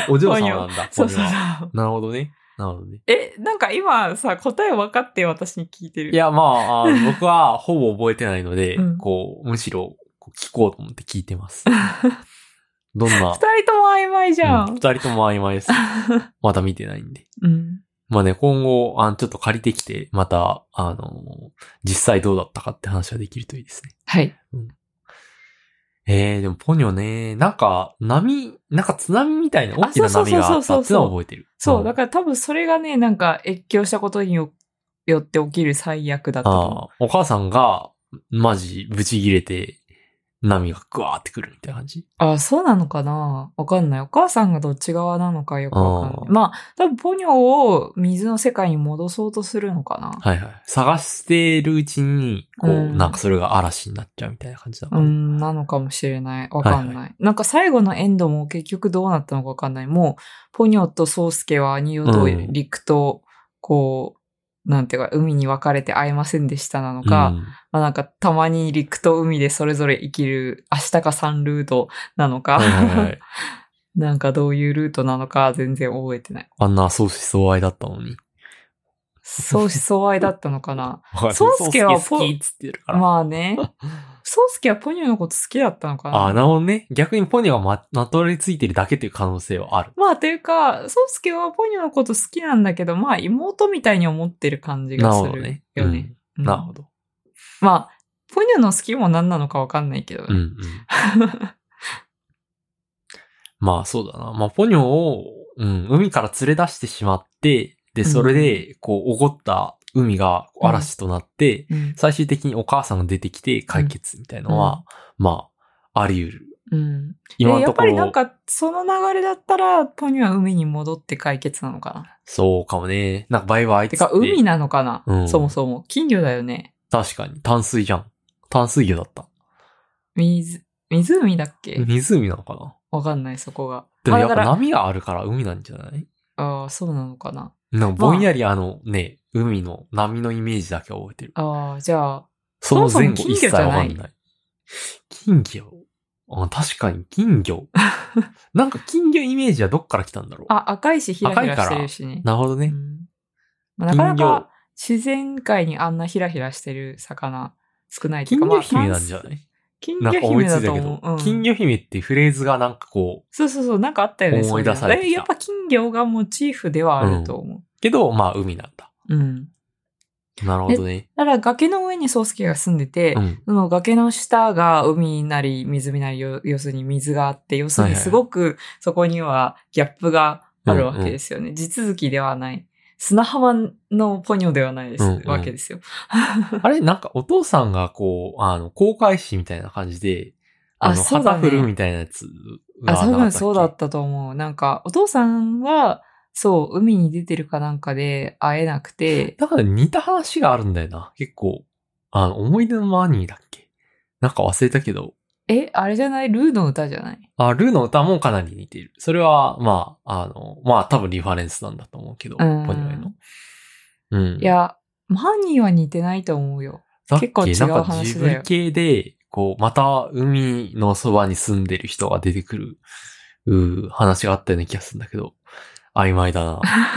A: お嬢様なんだ、ポ
B: そ
A: ニ
B: う
A: ョ
B: そう
A: は。
B: そう。
A: なるほどね。なるほどね。
B: え、なんか今さ、答え分かって私に聞いてる。
A: い、や、まあ、あ の僕はほぼ覚えてないので、
B: うん
A: こう、むしろこう聞こうと思って聞いて ます。どんな
B: 二、人とも曖昧じゃ
A: うん
B: ん。
A: 二人とも曖昧で す。まだ見てないんで。
B: うん。
A: まあね、今後、あのちょっと借りてきて、また、あの、実際どうだったかって話はできるといいですね。
B: はい。
A: えー、でもポニョね、なんか、波、なんか津波みたいな大きな
B: あそう
A: 波
B: そう
A: があ
B: そう
A: っ
B: そ
A: た
B: うそう
A: ってのは覚えてる。
B: そう、だ
A: ら。
B: から多分それがね、なんか越境したことによよって起きる最悪だったと思
A: ああ、お母さんが、マジ、ブチ切れて、波がグワーってくるみたいな感じ。
B: う。ああ、そうなのかなわかんない。お母さんがどっち側なのかよくわかんな
A: あ
B: い。
A: ー
B: まあ、多分ポニョを水の世界に戻そうとするのかな。
A: はいはい。探してるうちに、こう、
B: うん
A: なんかそれが嵐になっちゃうみたいな感じだから。
B: うん、なのかもしれない。わかんない。
A: はい
B: なんか最後のエンドも結局どうなったのかわかんない。もう、ポニョとソウスケは二度と
A: うん
B: 陸と、こう、なんていうか、海に分かれて会えませんでしたなのか、
A: うん
B: まあなんかたまに陸と海でそれぞれ生きる明日か3ルートなのか、
A: はいはいはい。
B: なんかどういうルートなのか全然覚えてない。
A: あんな相思相愛だったのに。
B: 相思相愛だったの かな
A: ソ
B: 宗介はポ
A: 好きっつってるから。
B: まあね。ソウスケはポニョのこと好きだったのかな
A: あ、なるほどね。逆にポニョがま、まとわりついてるだけという可能性はある。
B: まあ、というか、ソウスケはポニョのこと好きなんだけど、まあ、妹みたいに思ってる感じ
A: な
B: が
A: る
B: す
A: ほど
B: るよね
A: ね。。うん
B: うん
A: なるほど。
B: まあ、ポニョの好きも何なのかわかんないけどね。
A: うんうん。まあそうだな。まあポニョを、うん、海から連れ出してしまって、で、それで、こう、怒った海がこう
B: うん
A: 嵐となって、
B: うん
A: 最終的にお母さんが出てきて解決みたいのは、まあ、あり得る。
B: うん。
A: 今
B: で
A: の
B: やっ
A: とこ
B: ぱ
A: ろ、
B: りなんか、その流れだったら、ポニョは海に戻って解決なのかな。
A: そうかもね。なんかバイバイってつって。
B: か、海なのかな、
A: うん
B: そもそも。金魚だよね。
A: 確かに。淡水じゃん。淡水魚だった。
B: 水、湖だっけ
A: 湖なのかな
B: わかんない、そこが。
A: で
B: ま
A: もや
B: あだ
A: っ
B: か
A: ぱ
B: ら、
A: 波があるから海なんじゃない
B: ああ、そうなのかな。
A: なんかぼんやりあのね、海の波のイメージだけ覚えてる。
B: ああ、じゃあ、
A: その前後
B: そもそも金魚
A: 一
B: じ
A: 切
B: ゃ
A: わ
B: ない
A: かんない。金魚あ確かに金 魚。なんか金魚イメージはどっから来たんだろう。
B: あ、赤いし、ひらひらしてるしね。
A: なるほどね。
B: うんまあ、なかな
A: 金魚
B: か自然界にあんなヒラヒラしてる魚少ないという
A: 金
B: か
A: 魚姫なんじゃ
B: まあ
A: な
B: タン
A: い
B: 金
A: なん
B: 魚
A: か思
B: 姫
A: いつ
B: だ
A: いた
B: と
A: け
B: 思
A: ど、
B: う。うん
A: 金魚姫ってフレーズがなんかこう、
B: そうそうそう、なんかあったよね。
A: 思い出されてきた
B: そううのやっぱ金魚がモチーフではあると思
A: けど、まあ海なんだ。
B: う。うん。
A: なるほどね。
B: だから崖の上に宗介が住んでて、
A: うん。
B: その崖の下が海なり水なりよ、要するに水があって、要する
A: はい
B: に
A: はい
B: すごくそこにはギャップがあるわけですよね。地続きではない。砂浜のポニョではないです、
A: うんうん
B: わけですよ。
A: あれなんかお父さんがこう、あの、航海士みたいな感じで、あの、
B: あそうだ
A: 旗
B: ね
A: 振るみたいなやつが
B: あ、多
A: なかっ
B: 分
A: たっけ
B: そうだったと思う。なんか、お父さんは、そう、海に出てるかなんかで会えな くて、
A: だから似た話があるんだよな。結構、あの、思い出のマニーだっけなんか忘れたけど、
B: え、あれじゃないルーの歌じゃない
A: あ、ルーの歌もかなり似ている。それは、まあ、あの、まあ多分リファレンスなんだと思うけど、ポ
B: う
A: ニ
B: ん
A: ョへの。うん。
B: いや、マニーは似てないと思うよ。
A: だっ
B: 結構
A: け
B: 違う
A: なんか
B: 話
A: ジ
B: だ
A: ブ
B: よ
A: リ系で、こう、また海のそばに住んでる人が出てくる、うー話があったような気がするんだけど、曖昧だ な。ちょっ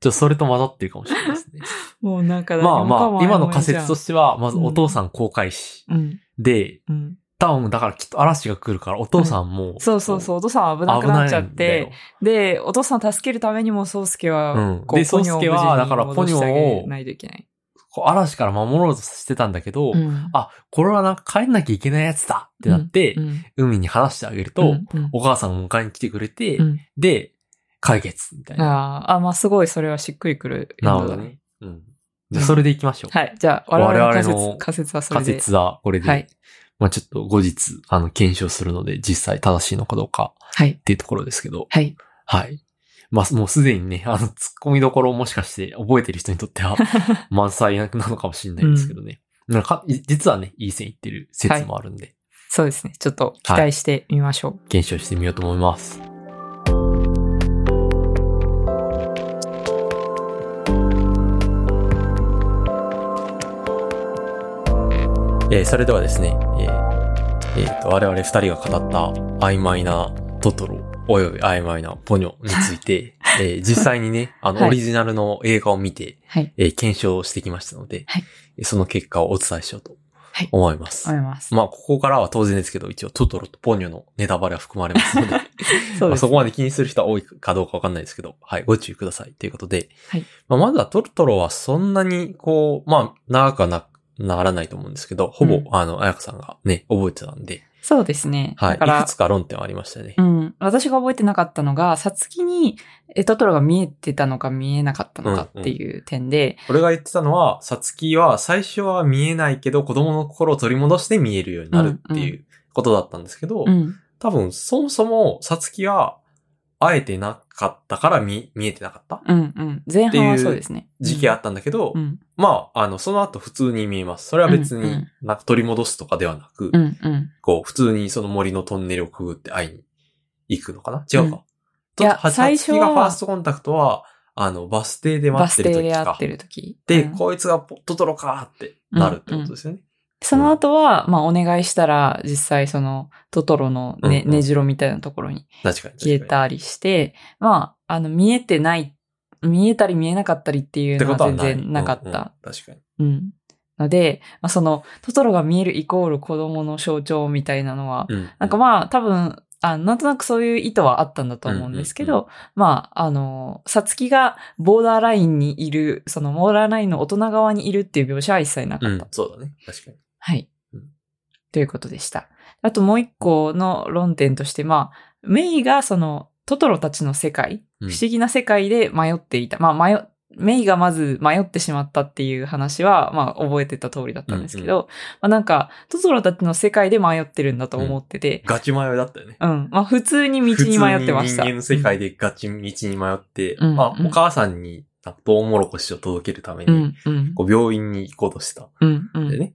A: とそれと混ざってるかもしれないですね。
B: もうなんか
A: まあまあ、今の仮説と
B: して。
A: しては、まずお父さん公開し、
B: うん、
A: で、
B: うん。
A: 多分だからきっと嵐が来るからお父さんも、
B: そうそうそう、お父さんは危
A: 危
B: な
A: ない
B: く
A: く
B: な
A: な
B: っ
A: っ
B: ち
A: ち
B: ゃ
A: ゃ
B: っ
A: って
B: て、、で、お父さんを助けるためにも、宗介は
A: うん、
B: こう、
A: で
B: ポニョを
A: 宗介は
B: 無事に
A: だからポニョを
B: 戻してあげないといけない。
A: こう嵐から守ろうとしてたんだけど、
B: うん
A: あ、これはなんか帰んなきゃいけないやつだってなって、
B: うん
A: 海に話してあげると、
B: うんうん
A: お母さんが迎えに来てくれて、
B: うん
A: で、解決みたいな。
B: あーあ、まあ、すごい、それはしっくりくる。
A: なるほどね。。うん。じゃあそれでいきましょう。
B: はい。じゃあ、我
A: 我々の
B: 々の仮説仮説はそれ
A: 仮
B: で。
A: 説はこれで。
B: はい
A: まあちょっと後日、あの、検証するので、実際正しいのかどうか
B: はい
A: っ。ていうところですけど、
B: はい。
A: はい。まあもうすでにね、あの、突っ込みどころをもしかして覚えてる人にとって は満載なのかもしれないですけどね。なんか、い実はね、いい線いってる説もあるんで、
B: そうですね。ちょっと期待してみましょう。
A: 検証してみようと思います。えーそれではですね、えーえーと我々二人が語った曖昧なトトロおよび曖昧なポニョについ て、えー実際にね、あの、
B: はい
A: オリジナルの映画を見て、
B: はい
A: えー検証してきましたので、
B: はい
A: えーその結果をお伝えしようと
B: はい
A: 思います。
B: 思います。
A: まあ、ここからは当然ですけど、一応トトロとポニョのネタバレは含まれますので、
B: そ
A: ま
B: うで
A: あ、
B: す
A: そ。こまで気にする人は多いかどうかわかんないですけど、はい、ご注意くださいということで、
B: はい
A: まあ、まずはトトロはそんなに、こう、まあ、長くはな、ならないと思うんですけど、ほぼ、
B: うん
A: あの、彩香さんがね、覚えてたんで、
B: そうですね。
A: はい。
B: だから
A: いくつか論点はありましたね
B: う。ん。私が覚えてなかったのが、さつきにえトトロが見えてたのか見えなかったのかっていう点で、
A: 俺が言ってたのは、さつきは最初は見えないけど、子供の心を取り戻して見えるようになるっていうことだったんですけど、
B: うん。
A: 多分そもそもさつきは会えてなかったから見見えてなかった
B: うんうん。前半はそうですね。
A: 時期あ
B: っ
A: ったんだけど、
B: うん。
A: まあ、あの、その後普通に見えます。それは別
B: うんう
A: に
B: ん
A: なく取り戻すとかではなく、
B: うんうん。
A: こう、普通にその森のトンネルをくぐって会いに行くのかな違うか、
B: うんいや
A: と
B: 最初
A: さつ
B: は
A: きがファーストコンタクトは、あの、バス停で
B: バ
A: 待っ
B: ス
A: てる
B: 停
A: 時
B: で会
A: か
B: っ。てる時。
A: で、
B: うん
A: こいつがポトトロかーってなるってことですよね。
B: その後は、まあ、お願いしたら、実際その、トトロのね、
A: うんうん
B: ねじろみたいなところに
A: 確かに確かに。
B: 消えたりして、まあ、あの、見えてない、見えたり見えなかったりっていう
A: って
B: の
A: こ
B: は
A: とは
B: 全
A: ない。
B: 然なかった。
A: うんうん確かに。
B: うん。ので、まあ、その、トトロが見えるイコール子供の象徴みたいなのは、
A: うん。
B: なんかまあ、多分、あなんとなくそういう意図はあったんだと思うんですけど、
A: うん
B: まあ、あの、さつきがボーダーラインにいる、そのボーダーラインの大人側にいるっていう描写は一切なか
A: う
B: った。
A: ん、そうだね。確かに。
B: はい
A: うん。
B: ということでした。あともう一個の論点として、まあ、メイがその、トトロたちの世界、不
A: うん
B: 思議な世界で迷っていた。まあ、迷、メイがまず迷ってしまったっていう話は、まあ、覚えてた通りだったんですけど、まあ、なんか、トトロたちの世界で迷ってるんだと思ってて、
A: ガチ迷いだったよね。
B: うん。まあ、普通に道に迷ってまし
A: 普
B: た。
A: 通に人間の世界でガチ道に迷って、
B: うん
A: ま
B: う
A: あ、
B: ん
A: お母さんにトウモロコシを届けるため
B: う
A: に、
B: ん、うん、
A: こう病院に行こうとした。
B: うん、うん。
A: でね。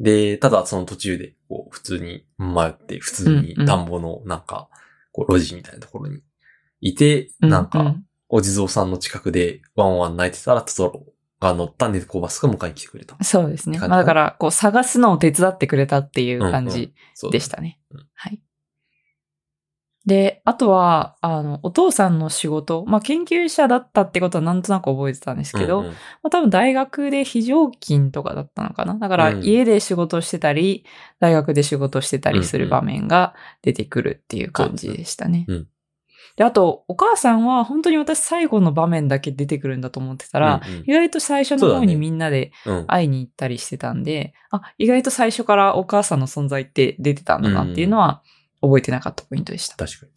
A: で、ただその途中で、こう、普通に迷って、普通に
B: うんうん
A: 田んぼの、なんか、こう、路地みたいなところにいて、なん
B: う
A: か、お地蔵さんの近くでワンワン泣いてたら、トトロが乗ったんで、こう、バスが迎えに来てくれた。
B: そうですね。
A: って
B: ま
A: 感じ
B: あ、だから、こう、探すのを手伝ってくれたっていう感じ
A: そう
B: でしたね
A: うん。
B: はい。で、あとは、あの、お父さんの仕事、まあ、研究者だったってことはなんとなく覚えてたんですけど、
A: うんうん
B: まあ、多分大学で非常勤とかだったのかな。だから、
A: うん
B: 家で仕事してたり、大学で仕事してたりする場面が出てくるっていう感じでしたね。
A: そうですね
B: で、あと、お母さんは本当に私最後の場面だけ出てくるんだと思ってたら、
A: うんうん
B: 意外と最初の
A: そう
B: 方
A: だね
B: にみんなで
A: うん
B: 会いに行ったりしてたんで、あ、意外と最初からお母さんの存在って出てたんだなっていうのは覚えてなかったポイントで した。
A: 確かに。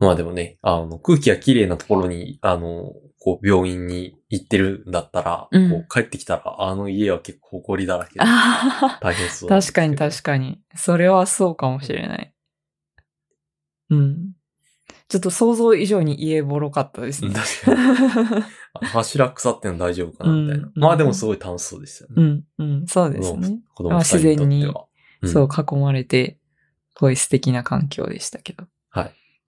A: まあでもね、あの、空気が綺麗なところに、あの、こう、病院に行ってるんだったら、
B: うん
A: こう帰ってきたら、あの家は結構埃だらけで、
B: あ
A: 大変そ
B: ー
A: うなんで
B: 確
A: すけ
B: か
A: ど。
B: に確かに。それはそうかもしれない。うん。ちょっと想像以上に家ボロかったです
A: うん
B: ね。
A: 確かに。あ柱腐ってんの大丈夫かなみたいな。
B: うん
A: まあでもすごい楽しそうでしたよ
B: う
A: ね。
B: ん、うん、そうですね。
A: 子供二人にとっては。ん
B: そう囲まれて、こういう素敵な環境でしたけど。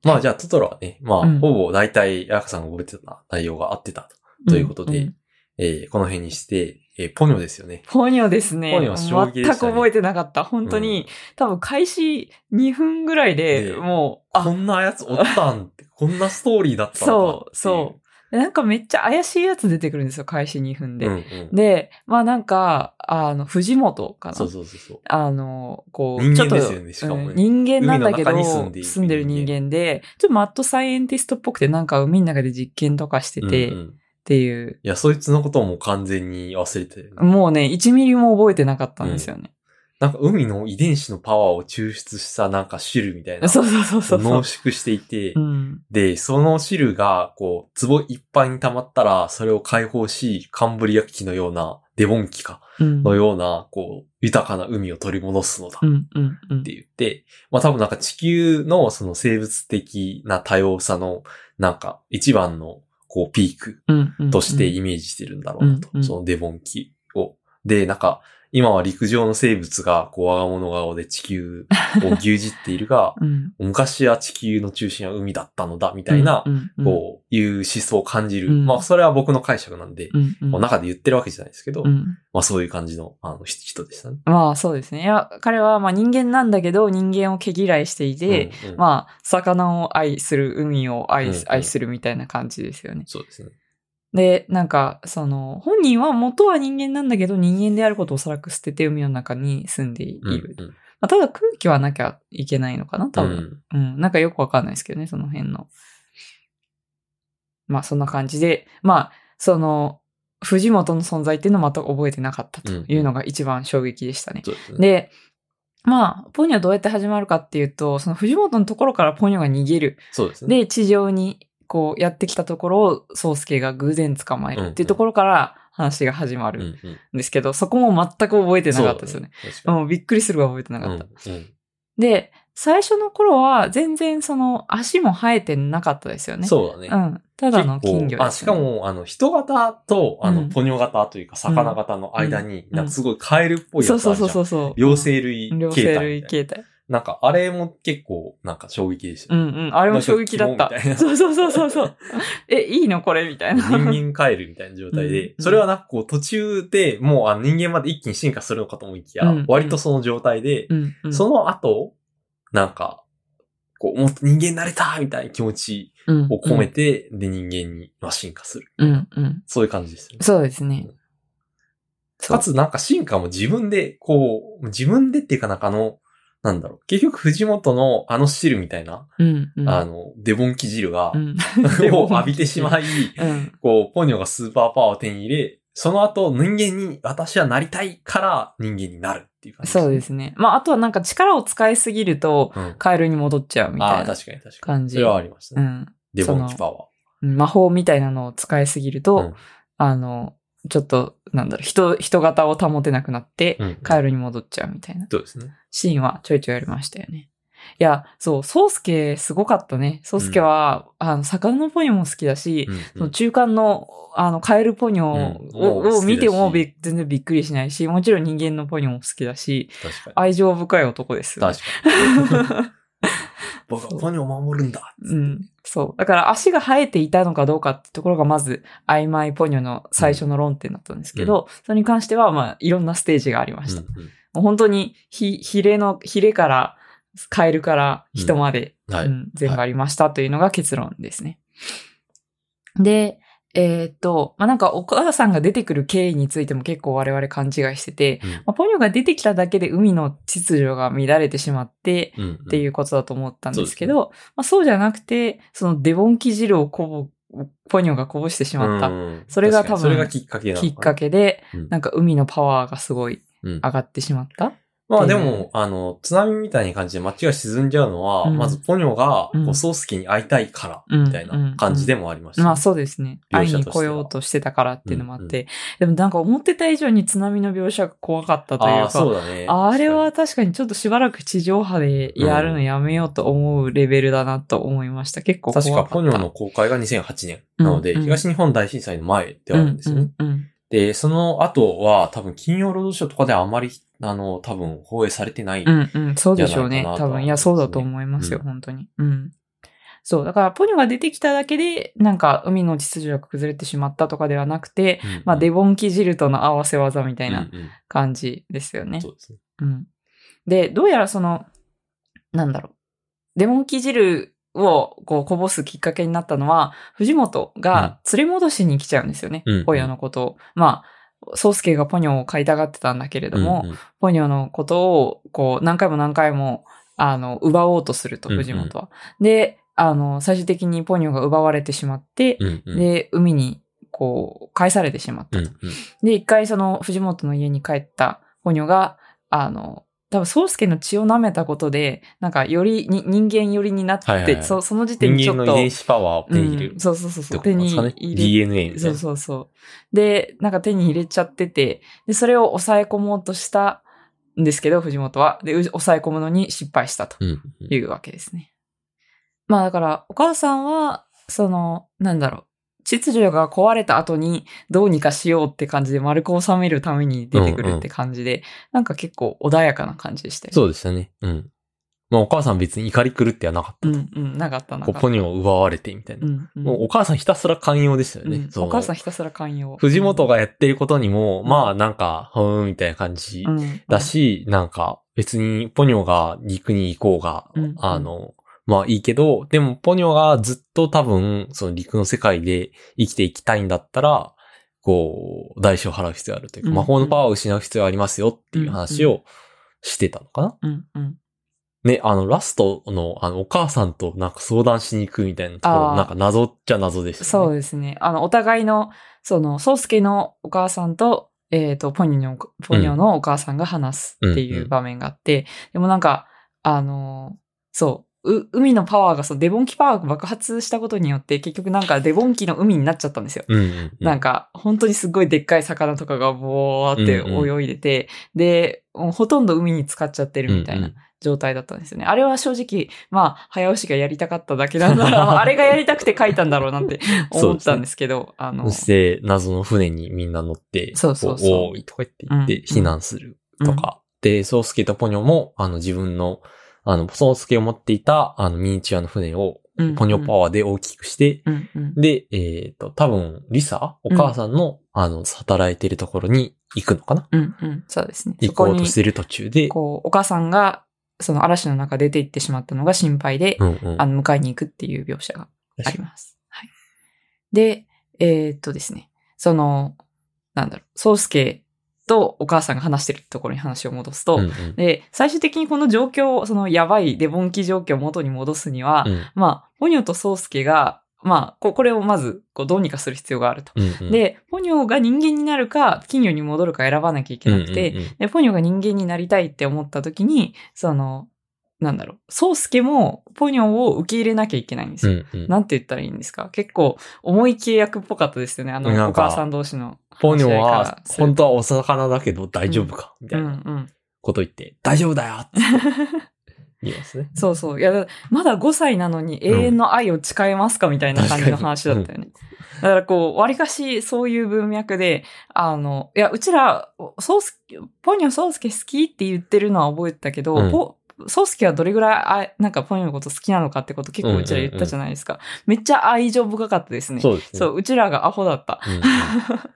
A: まあじゃあトトロはね、まあ、
B: うん
A: ほぼ大体、彩香さんが覚えてた内容が合ってたと。ということで
B: んん
A: えーこの辺にして、えーポニョですよね。
B: ポニョですね。
A: ポニョは衝撃でしたね
B: 全く覚えてなかった。本当に、多分開始2分ぐらいで、
A: で
B: もう、
A: こ
B: あ、
A: んなやつおったんっ て、こんなストーリーだったのかってい
B: そうなんかめっちゃ怪しいやつ出てくるんですよ、開始2分で。
A: うんうん
B: で、まあなんか、あの、藤本かな。
A: そうそうそうそう。
B: あの、こう、
A: 人間
B: ちょっ
A: です
B: と
A: よねしかもね
B: うん人間なんだけど、
A: 海の中に住
B: 住
A: ん
B: ん
A: で
B: で
A: いる
B: る人間で、ちょっとマッドサイエンティストっぽくて、なんか海の中で実験とかしてて、
A: うんう
B: っ
A: ん
B: ていう、
A: いや、そいつのことをもう完全に忘れてる、
B: もうね、1ミリも覚えてなかったんですよね。
A: なんか海の遺伝子のパワーを抽出したなんか汁みたいな。
B: そうそうそうそうそう。
A: 濃縮していて、
B: うん
A: で、その汁が、こう、壺いっぱいに溜まったら、それを解放し、カンブリア紀のような、デボン紀か、
B: うん
A: のような、こう、豊かな海を取り戻すのだ。
B: うんうんうん
A: って言って、まあ多分なんか地球のその生物的な多様さのなんか一番のこうピーク
B: うんうん
A: としてイメージしてるんだろうなと。
B: うんうん、
A: そのデボン期を。で、なんか今は陸上の生物がこう我が物顔で地球を牛耳っているが
B: うん
A: 昔は地球の中心は海だったのだみたいな、
B: うんうん
A: こういう思想を感じる。
B: うん
A: まあそれは僕の解釈なんで、
B: うんうん
A: まあ中で言ってるわけじゃないですけど、
B: うん
A: まあそういう感じのあの人でしたね。
B: まあそうですね。いや、彼はまあ人間なんだけど、人間を毛嫌いしていて、
A: うんうん
B: まあ、魚を愛する、海を愛,、
A: うんうん
B: 愛するみたいな感じですよね。
A: そうですね。
B: で、なんか、その、本人は元は人間なんだけど、人間であることをおそらく捨てて海の中に住んでいる。
A: うんうん
B: まあ、ただ空気はなきゃいけないのかな、多
A: う
B: 分。
A: ん
B: うん、なんかよくわかんないですけどね、その辺の。まあ、そんな感じで、まあ、その、藤本の存在っていうのをまた覚えてなかったというのが一番衝撃でしたね。
A: そうですね。
B: で、まあ、ポニョどうやって始まるかっていうと、その藤本のところからポニョが逃げる。
A: そうですね。
B: で、地上にこうやってきたところを、宗介が偶然捕まえるっていうところから話が始ま
A: うんう
B: るん
A: ん、そう
B: ですけど、そこも全く覚えて
A: で
B: なかったですよね。。
A: 確か
B: もうびっくりするが覚えてな
A: に。
B: かった。
A: うんうん
B: で、最初の頃は全然その足も生えてなかったですよね。
A: そうだね。
B: うん。ただの金魚です、
A: 結構あ、しか、も、あの、人型と、あ
B: う
A: の、
B: ん
A: ポニョ型というか、魚型の間に、
B: うん
A: なんかすごいカエルっぽい
B: そ
A: や
B: う
A: つあ
B: そ
A: る
B: う
A: じ
B: そ
A: ゃ。
B: うんそうそう。
A: 両生類
B: 両
A: 形
B: 生
A: 態み
B: 類
A: たいな。
B: 形態。
A: なんか、あれも結構、なんか衝撃でした
B: う
A: よ。
B: んうん。あれも衝撃だった
A: なんか肝みたい。な
B: そうそうそうそうそう。 え、いいのこれみたいな。
A: 人間カエルみたいな状態
B: うんう
A: で
B: ん、
A: それはなんかこう途中でもうあの人間まで一気に進化するのかと思いきや
B: うん、
A: 割とその状態で、
B: うんうん。
A: その後、なんか、こう、もっと人間になれたみたいな気持ち
B: うん
A: を込めて、で人間にまあ進化する。
B: うんうん。
A: そういう感じですよね。
B: そうですね。そう
A: かつなんか進化も自分で、こう、自分でっていうかなんかあの、なんだろう。結局藤本のあの汁みたいな、
B: うんうん。
A: あの、デボンキ汁が
B: う、ん、
A: を浴びてしまい、
B: うん。
A: こう、ポニョがスーパーパワーを手に入れ、その後人間に私はなりたいから人間になるっていう感じ。
B: そうですね。まあ、あとはなんか力を使いすぎると、
A: うん。
B: カエルに戻っちゃうみ
A: ああ、
B: たいな。
A: 確かに確かに。
B: 感じ
A: それはありました
B: う
A: ね。
B: ん。
A: デボンキパワ
B: 魔法みたいなのを使いすぎると、
A: うん
B: あの、ちょっと、なんだろう、人、人型を保てなくなって、
A: ー。うん。
B: カエルに戻っちゃうみたいな
A: そうですね。
B: シーンはちょいちょいありましたよね。いや、そう、ソウスケすごかったね。ソウスケは、あの、魚のポニョも好きだし、
A: うんうん
B: その中間の、あの、カエルポニョを,、
A: うんもう好きだし
B: を見てもび全然びっくりしないし、もちろん人間のポニョも好きだし、
A: 確かに。
B: 愛情深い男ですよね、
A: 確か に。僕はポニョを守るんだ。
B: うん。そう。だから足が生えていたのかどうかってところがまず曖昧ポニョの最初の論点だったんですけど、それに関してはまあいろんなステージがありました。
A: うんうん
B: もう本当にひ、ヒレの、ヒレから、カエルから人まで、
A: はい。
B: うん全部ありましたというのが結論ですね。で、えーっと、まあ、なんかお母さんが出てくる経緯についても結構我々勘違いしてて、
A: うん
B: まあ、ポニョが出てきただけで海の秩序が乱れてしまって、
A: うん
B: って
A: う
B: い
A: ん。
B: うことだと思ったんですけど、そうまあ、そうじゃなくて、そのデボンキ汁をこぼ、ポニョがこぼしてしまった
A: うん
B: それが
A: 確かに
B: 多分
A: それがきっかけなの
B: きっか
A: け。
B: けで、
A: うん
B: なんか海のパワーがすごい
A: うん
B: 上がってしまった。
A: まあ
B: って
A: で
B: いう
A: も、あの、津波みたいな感じで街が沈んじゃうのは、
B: うん
A: まずポニョが、
B: うん
A: こう、ソースケに会いたいから、
B: うん
A: みたいな感じでもありましたね。
B: まあそうですね。
A: 描
B: 会い
A: 写と
B: に
A: しては
B: 来ようとしてたからっていうのもあって、でもなんか思ってた以上に津波の描写が怖かったとい
A: あ
B: う
A: あ、そ
B: か、
A: うだね。
B: あれは確かにちょっとしばらく地上波でやるのやめようと思うレベルだなと思いました。結構怖
A: 確か。
B: かった。
A: 確かポニョの公開が2008年なので、
B: うんうん
A: 東日本大震災の前ではあるんですよね。
B: うんうん
A: で、その後は、多分、金曜ロードショーとかではあまり、あの、多分、放映されてない。
B: うんうん、そうでしょう
A: じ
B: ね
A: ゃ。ないかな
B: 多
A: とは思いますね
B: 分、いや、そうだと思いますよ、
A: うん
B: 本当に。うん。そう、だから、ポニョが出てきただけで、なんか、海の秩序が崩れてしまったとかではなくて、
A: うん
B: まあ、デボンキ汁との合わせ技みたい
A: うん
B: な
A: うん
B: 感じですよね。
A: そうですね。
B: うん。で、どうやらその、なんだろう。デモンキ汁をこうこぼすきっかけになったのは、藤本が連れ戻しに来ちゃうんですよね。
A: うん
B: ポニョのことを。まあ、宗介がポニョを飼いたがってたんだけれども、
A: うんうん
B: ポニョのことを、こう、何回も何回も、あの、奪おうとすると、
A: うんうん
B: 藤本は。で、あの、最終的にポニョが奪われてしまって、
A: うんうん
B: で、海に、こう、返されてしまっ
A: う
B: た
A: ん
B: と。
A: うん
B: で、一回その、藤本の家に帰ったポニョが、あの、多分、宗介の血を舐めたことで、なんか、よりに、人間寄りになって、
A: はいはいはい
B: そその時点にち
A: 人
B: ょ
A: 間
B: っ
A: の
B: と
A: 遺伝、子パワーを手に入れる
B: うん。そうそうそうそう、
A: ってこと
B: 手
A: なんで
B: に
A: すかね
B: 入れ
A: DNA みた
B: そ
A: いうな。
B: そうそう。で、なんか手に入れちゃってて、で、それを抑え込もうとしたんですけど、藤本は。で、う抑え込むのに失敗したと
A: うんうん
B: いうわけですね。まあだから、お母さんは、その、なんだろう。秩序が壊れた後にどうにかしようって感じで丸く収めるために出てくるって感じで、なんか結構穏やかな感じでしたよ
A: そうでしたね。うん。まあお母さん別に怒り狂ってはなかった
B: う
A: と。
B: んうん、なかったなか
A: こう
B: った。
A: ポニョを奪われてみたいな。
B: うんうん
A: もうお母さんひたすら寛容でしたよね。
B: うん
A: その
B: お母さんひたすら寛容。
A: 藤本がやってることにも、
B: うん
A: まあなんか、ふーんみたいな感じ
B: うん
A: だし、なんか別にポニョが陸に行こうが、
B: うん
A: あの、まあいいけど、でもポニョがずっと多分、その陸の世界で生きていきたいんだったら、こう、代償を払う必要があるというか、
B: うん
A: 魔法のパワーを失う必要がありますよっていう話をしてたのかな、
B: うんうん。
A: ね、あの、ラストの、あの、お母さんとなんか相談しに行くみたいなとこ
B: あー
A: ろ、なんか謎っちゃ謎でしたね。
B: そうですね。あの、お互いの、その、宗介のお母さんと、えっ、と、ポニョの、ポニョのお母さんが話すっていう場面があって、でもなんか、あのーそう、う海のパワーが、そう、デボン機パワーが爆発したことによって、結局なんかデボン機の海になっちゃったんですよ。
A: うんうんうん。
B: なんか、本当にすごいでっかい魚とかがボーって泳いでて、で、もうほとんど海に浸かっちゃってるみたいな
A: うんうん
B: 状態だったんですよね。あれは正直、まあ、早押しがやりたかっただけなん だろうあれがやりたくて書いたんだろうなって思ったんですけど、あの
A: そ、して、謎の船にみんな乗って、
B: そうそうそう
A: こおーいとか言って行っ
B: うん
A: て、避難するとか。で、ソウスケとポニョも、あの、自分の、あの、ソウスケを持っていた、あの、ミニチュアの船を、
B: うん
A: ポニョパワーで大きくして、
B: うんうん
A: で、えっ、と、多分、リサお母さんの、あの、働いてるところに行くのかな
B: うんうん、そうですね。
A: 行こうとしてる途中で、
B: こう、お母さんが、その嵐の中出て行ってしまったのが心配で、
A: うんうん
B: あ。の、迎えに行くっていう描写があります。はい。で、えーっとですね、その、なんだろう、宗介とお母さんが話してるところに話を戻すと、
A: うんうん
B: で、最終的にこの状況を、そのやばいデボン期状況を元に戻すには、
A: うん
B: まあ、ポニョと宗介が、まあ、ここれをまず、こう、どうにかする必要があると。
A: うんうん、
B: で、ポニョが人間になるか、金魚に戻るか選ばなきゃいけなくて、
A: うんうんうん
B: で、ポニョが人間になりたいって思った時に、その、なんだろう、ソウスケもポニョを受け入れなきゃいけないんですよ。
A: うんうん
B: なんて言ったらいいんですか結構、重い契約っぽかったですよね。あ
A: なんか
B: の、お母さん同士の。
A: ポニョ
B: 話し合いか
A: は
B: ら、する
A: 本当はお魚だけど大丈夫か、み
B: う
A: たい
B: んう。。
A: なんこと言って、大丈夫だよって言いますね
B: そうそう。いや、だまだ5歳なのに永遠の愛を誓えますかみたいな感じの話だったよね。だからこう、割かしそういう文脈で、あの、いや、うちら、ソウスケポニョソウスケ好きって言ってるのは覚えてたけど、
A: うん
B: ポソウスケはどれぐらいあ、なんかポニョのこと好きなのかってこと結構うちら言ったじゃないですか。めっちゃ愛情深かったですね。
A: そうですね。
B: そう、うちらがアホだった。
A: うんうん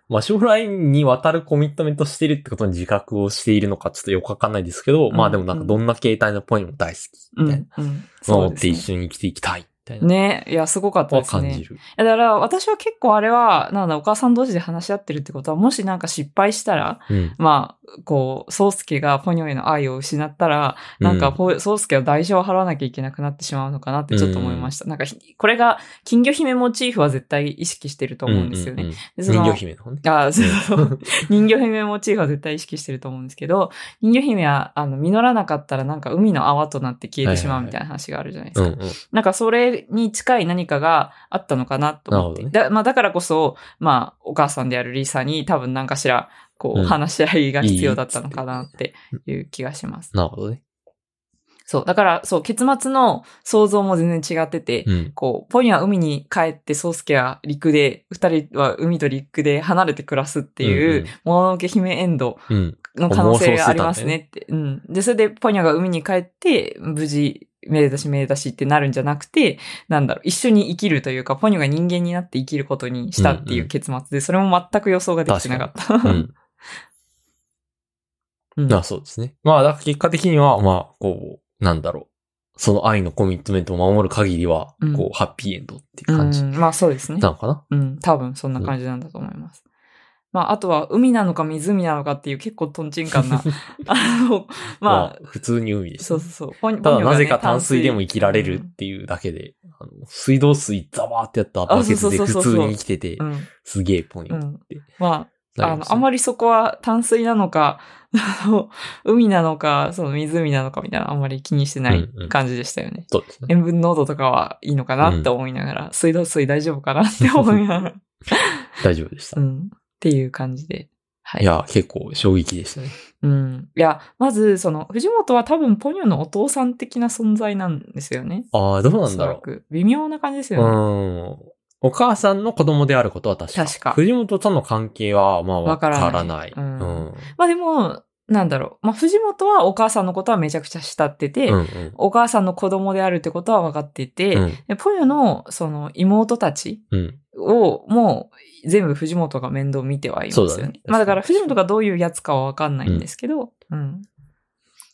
A: まあ将来にわたるコミットメントしてるってことに自覚をしているのかちょっとよくわかんないですけど、
B: うん
A: まあでもなんかどんな形態のポニョも大好き
B: う
A: みたい
B: ん
A: な。、
B: うん。
A: そう
B: そう
A: 思って
B: です
A: 一
B: ね。
A: 緒に生きていきたいみたいな。
B: ね、いや、すごかった
A: は
B: です
A: 感
B: ね
A: じ。る。
B: だから私は結構あれは、なんだ、お母さん同士で話し合ってるってことは、もしなんか失敗したら、
A: うん。
B: まあ、こう、宗介がポニョへの愛を失ったら、なんか
A: う
B: ポ、宗介は代償を払わなきゃいけなくなってしまうのかなってちょっと思いました。なんかひ、これが、金魚姫モチーフは絶対意識してると思うんですよね。
A: ううう
B: でそ
A: 人
B: の
A: 魚姫の方ね。
B: あそうそう。 人魚姫モチーフは絶対意識してると思うんですけど、人魚姫は、あの、実らなかったらなんか海の泡となって消えてしまうみたいな話があるじゃないです
A: うん
B: か。
A: うん。
B: なんかそれに近い何かがあったのかなと思って。
A: なるほ
B: だまあ、だからこそ、まあ、お母さんであるリーサに多分何かしら、こ
A: う
B: う、
A: ん
B: 話し合いが必要だったのかなっていう気がします。
A: なるほどね。
B: そう。だから、そう、結末の想像も全然違ってて、
A: うん。
B: こう、ポニョは海に帰って、ソウスケは陸で、二人は海と陸で離れて暮らすっていう、もののけ姫エンド
A: うん。
B: の可能性がありますねって。うん。で、それでポニョが海に帰って、無事、めでたしめでたしってなるんじゃなくて、なんだろう、一緒に生きるというか、ポニョが人間になって生きることにしたってい
A: んう
B: うん結末で、それも全く予想ができてなかった。
A: うん。うん。
B: うん
A: まあそうですね。まあ、だから結果的には、まあ、こう、なんだろう。その愛のコミットメントを守る限りは、
B: うん
A: こう、ハッピーエンドっていう感じ
B: う
A: なん
B: まあそうですね。
A: のかな、
B: うん、多分そんな感じなんだと思います。まあ、あとは、海なのか湖なのかっていう結構トンチン カンな、あの、まあ、
A: 普通に海でした。
B: そうそうそう。ポニ
A: ただ、
B: ポニョがね
A: なぜか淡水でも生きられるっていうだけで、あの水道水ザバーってやったバケツで
B: あそうそう
A: 普
B: そうそう
A: 通に生きてて
B: う、ん、
A: すげえポニ
B: う
A: ョ
B: ん
A: て。
B: まあ、あの、あ
A: り
B: まりそこは淡水なのか、 あの海なのか、その湖なのかみたいな、あんまり気にしてな
A: う
B: い
A: んうん
B: 感じでしたよね。
A: そうですね。
B: 塩分濃度とかはいいのかなって思いながら、水道水大丈夫かなって思い ながら、
A: 大丈夫でした。
B: うん、っていう感じで。はい。
A: いや、結構衝撃でしたね。
B: うん。いや、まず、その、藤本は多分ポニョのお父さん的な存在なんですよね。
A: ああ、どうなんだ
B: おそら
A: ろう。
B: く。微妙な感じです
A: う
B: よね。
A: ん。お母さんの子供であることは確か。
B: 確か
A: 藤本との関係は、まあ、わからない。
B: わからないうん
A: うん
B: まあでも、なんだろう。まあ、藤本はお母さんのことはめちゃくちゃ慕ってて、
A: うんうん
B: お母さんの子供であるってことは分かってて、
A: うん
B: でポニョのその妹たち
A: うん
B: をもう全部藤本が面倒見てはいますよ
A: そうだ
B: ね。
A: ね
B: まあだから藤本がどういうやつかは分かんないんですけど、うん。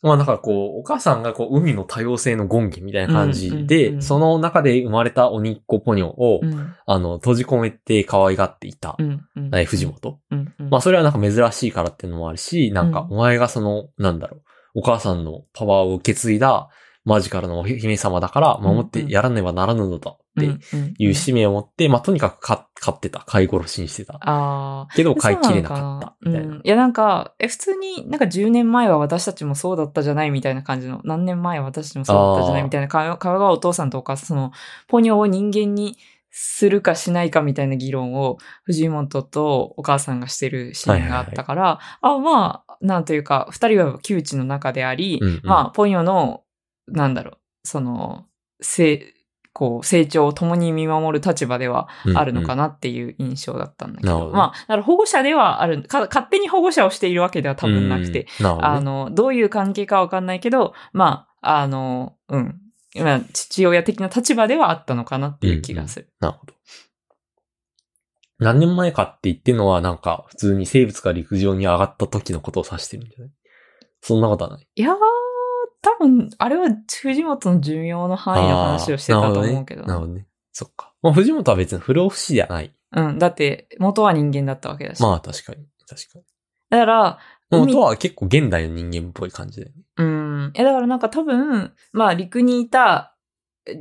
A: まあなんかこう、お母さんがこう、海の多様性の権限みたいな感じで、
B: うんうんうん
A: その中で生まれた鬼っ子ポニョを、
B: うん。
A: あの、閉じ込めて可愛がっていた、
B: うん。うん。
A: え藤本。
B: うん。うん。
A: まあそれはなんか珍しいからっていうのもあるし、なんか
B: うん
A: お前がその、なんだろう、お母さんのパワーを受け継いだマジカルのお姫様だから守ってやらねばならぬのだっっていう使命を持って、まあ、とにかくか飼ってた。飼い殺しにしてた。
B: ああ。
A: けど、飼いきれなかった。
B: そ
A: み
B: う
A: たい
B: なのかな
A: な。
B: うんいや、なんか、え、普通に、なんか10年前は私たちもそうだったじゃないみたいな感じの、何年前は私たちもそうだったじゃないみたいな、か川川お父さんとお母さん、その、ポニョを人間にするかしないかみたいな議論を、藤本とお母さんがしてるシーンがあったから、あ、まあ、なんというか、二人は窮地の中であり、
A: うんうん
B: まあ、ポニョの、なんだろう、その、せ、こう、成長を共に見守る立場ではあるのか
A: な。
B: なっていう印象だったんだけど。
A: なるほど
B: まあ、だから保護者ではあるか、勝手に保護者をしているわけでは多分なくて、
A: うん。なるほ
B: あ
A: どね。
B: の、どういう関係かわかんないけど、まあ、あの、うん。まあ、父親的な立場ではあったのかなっていう気がする。
A: なるほど。何年前かって言ってのは、なんか、普通に生物が陸上に上がった時のことを指してるんじゃないそんなことはない。
B: いやー、多分、あれは藤本の寿命の範囲の話をしてたと思うけど。
A: あーなるほどね。なるほどねそっか。まあ、藤本は別に不老不死ではない。
B: うん。だって、元は人間だったわけだし。
A: まあ、確かに。確かに。
B: だから、海
A: 元は結構現代の人間っぽい感じだよね。
B: うん。え、だからなんか多分、まあ陸にいた、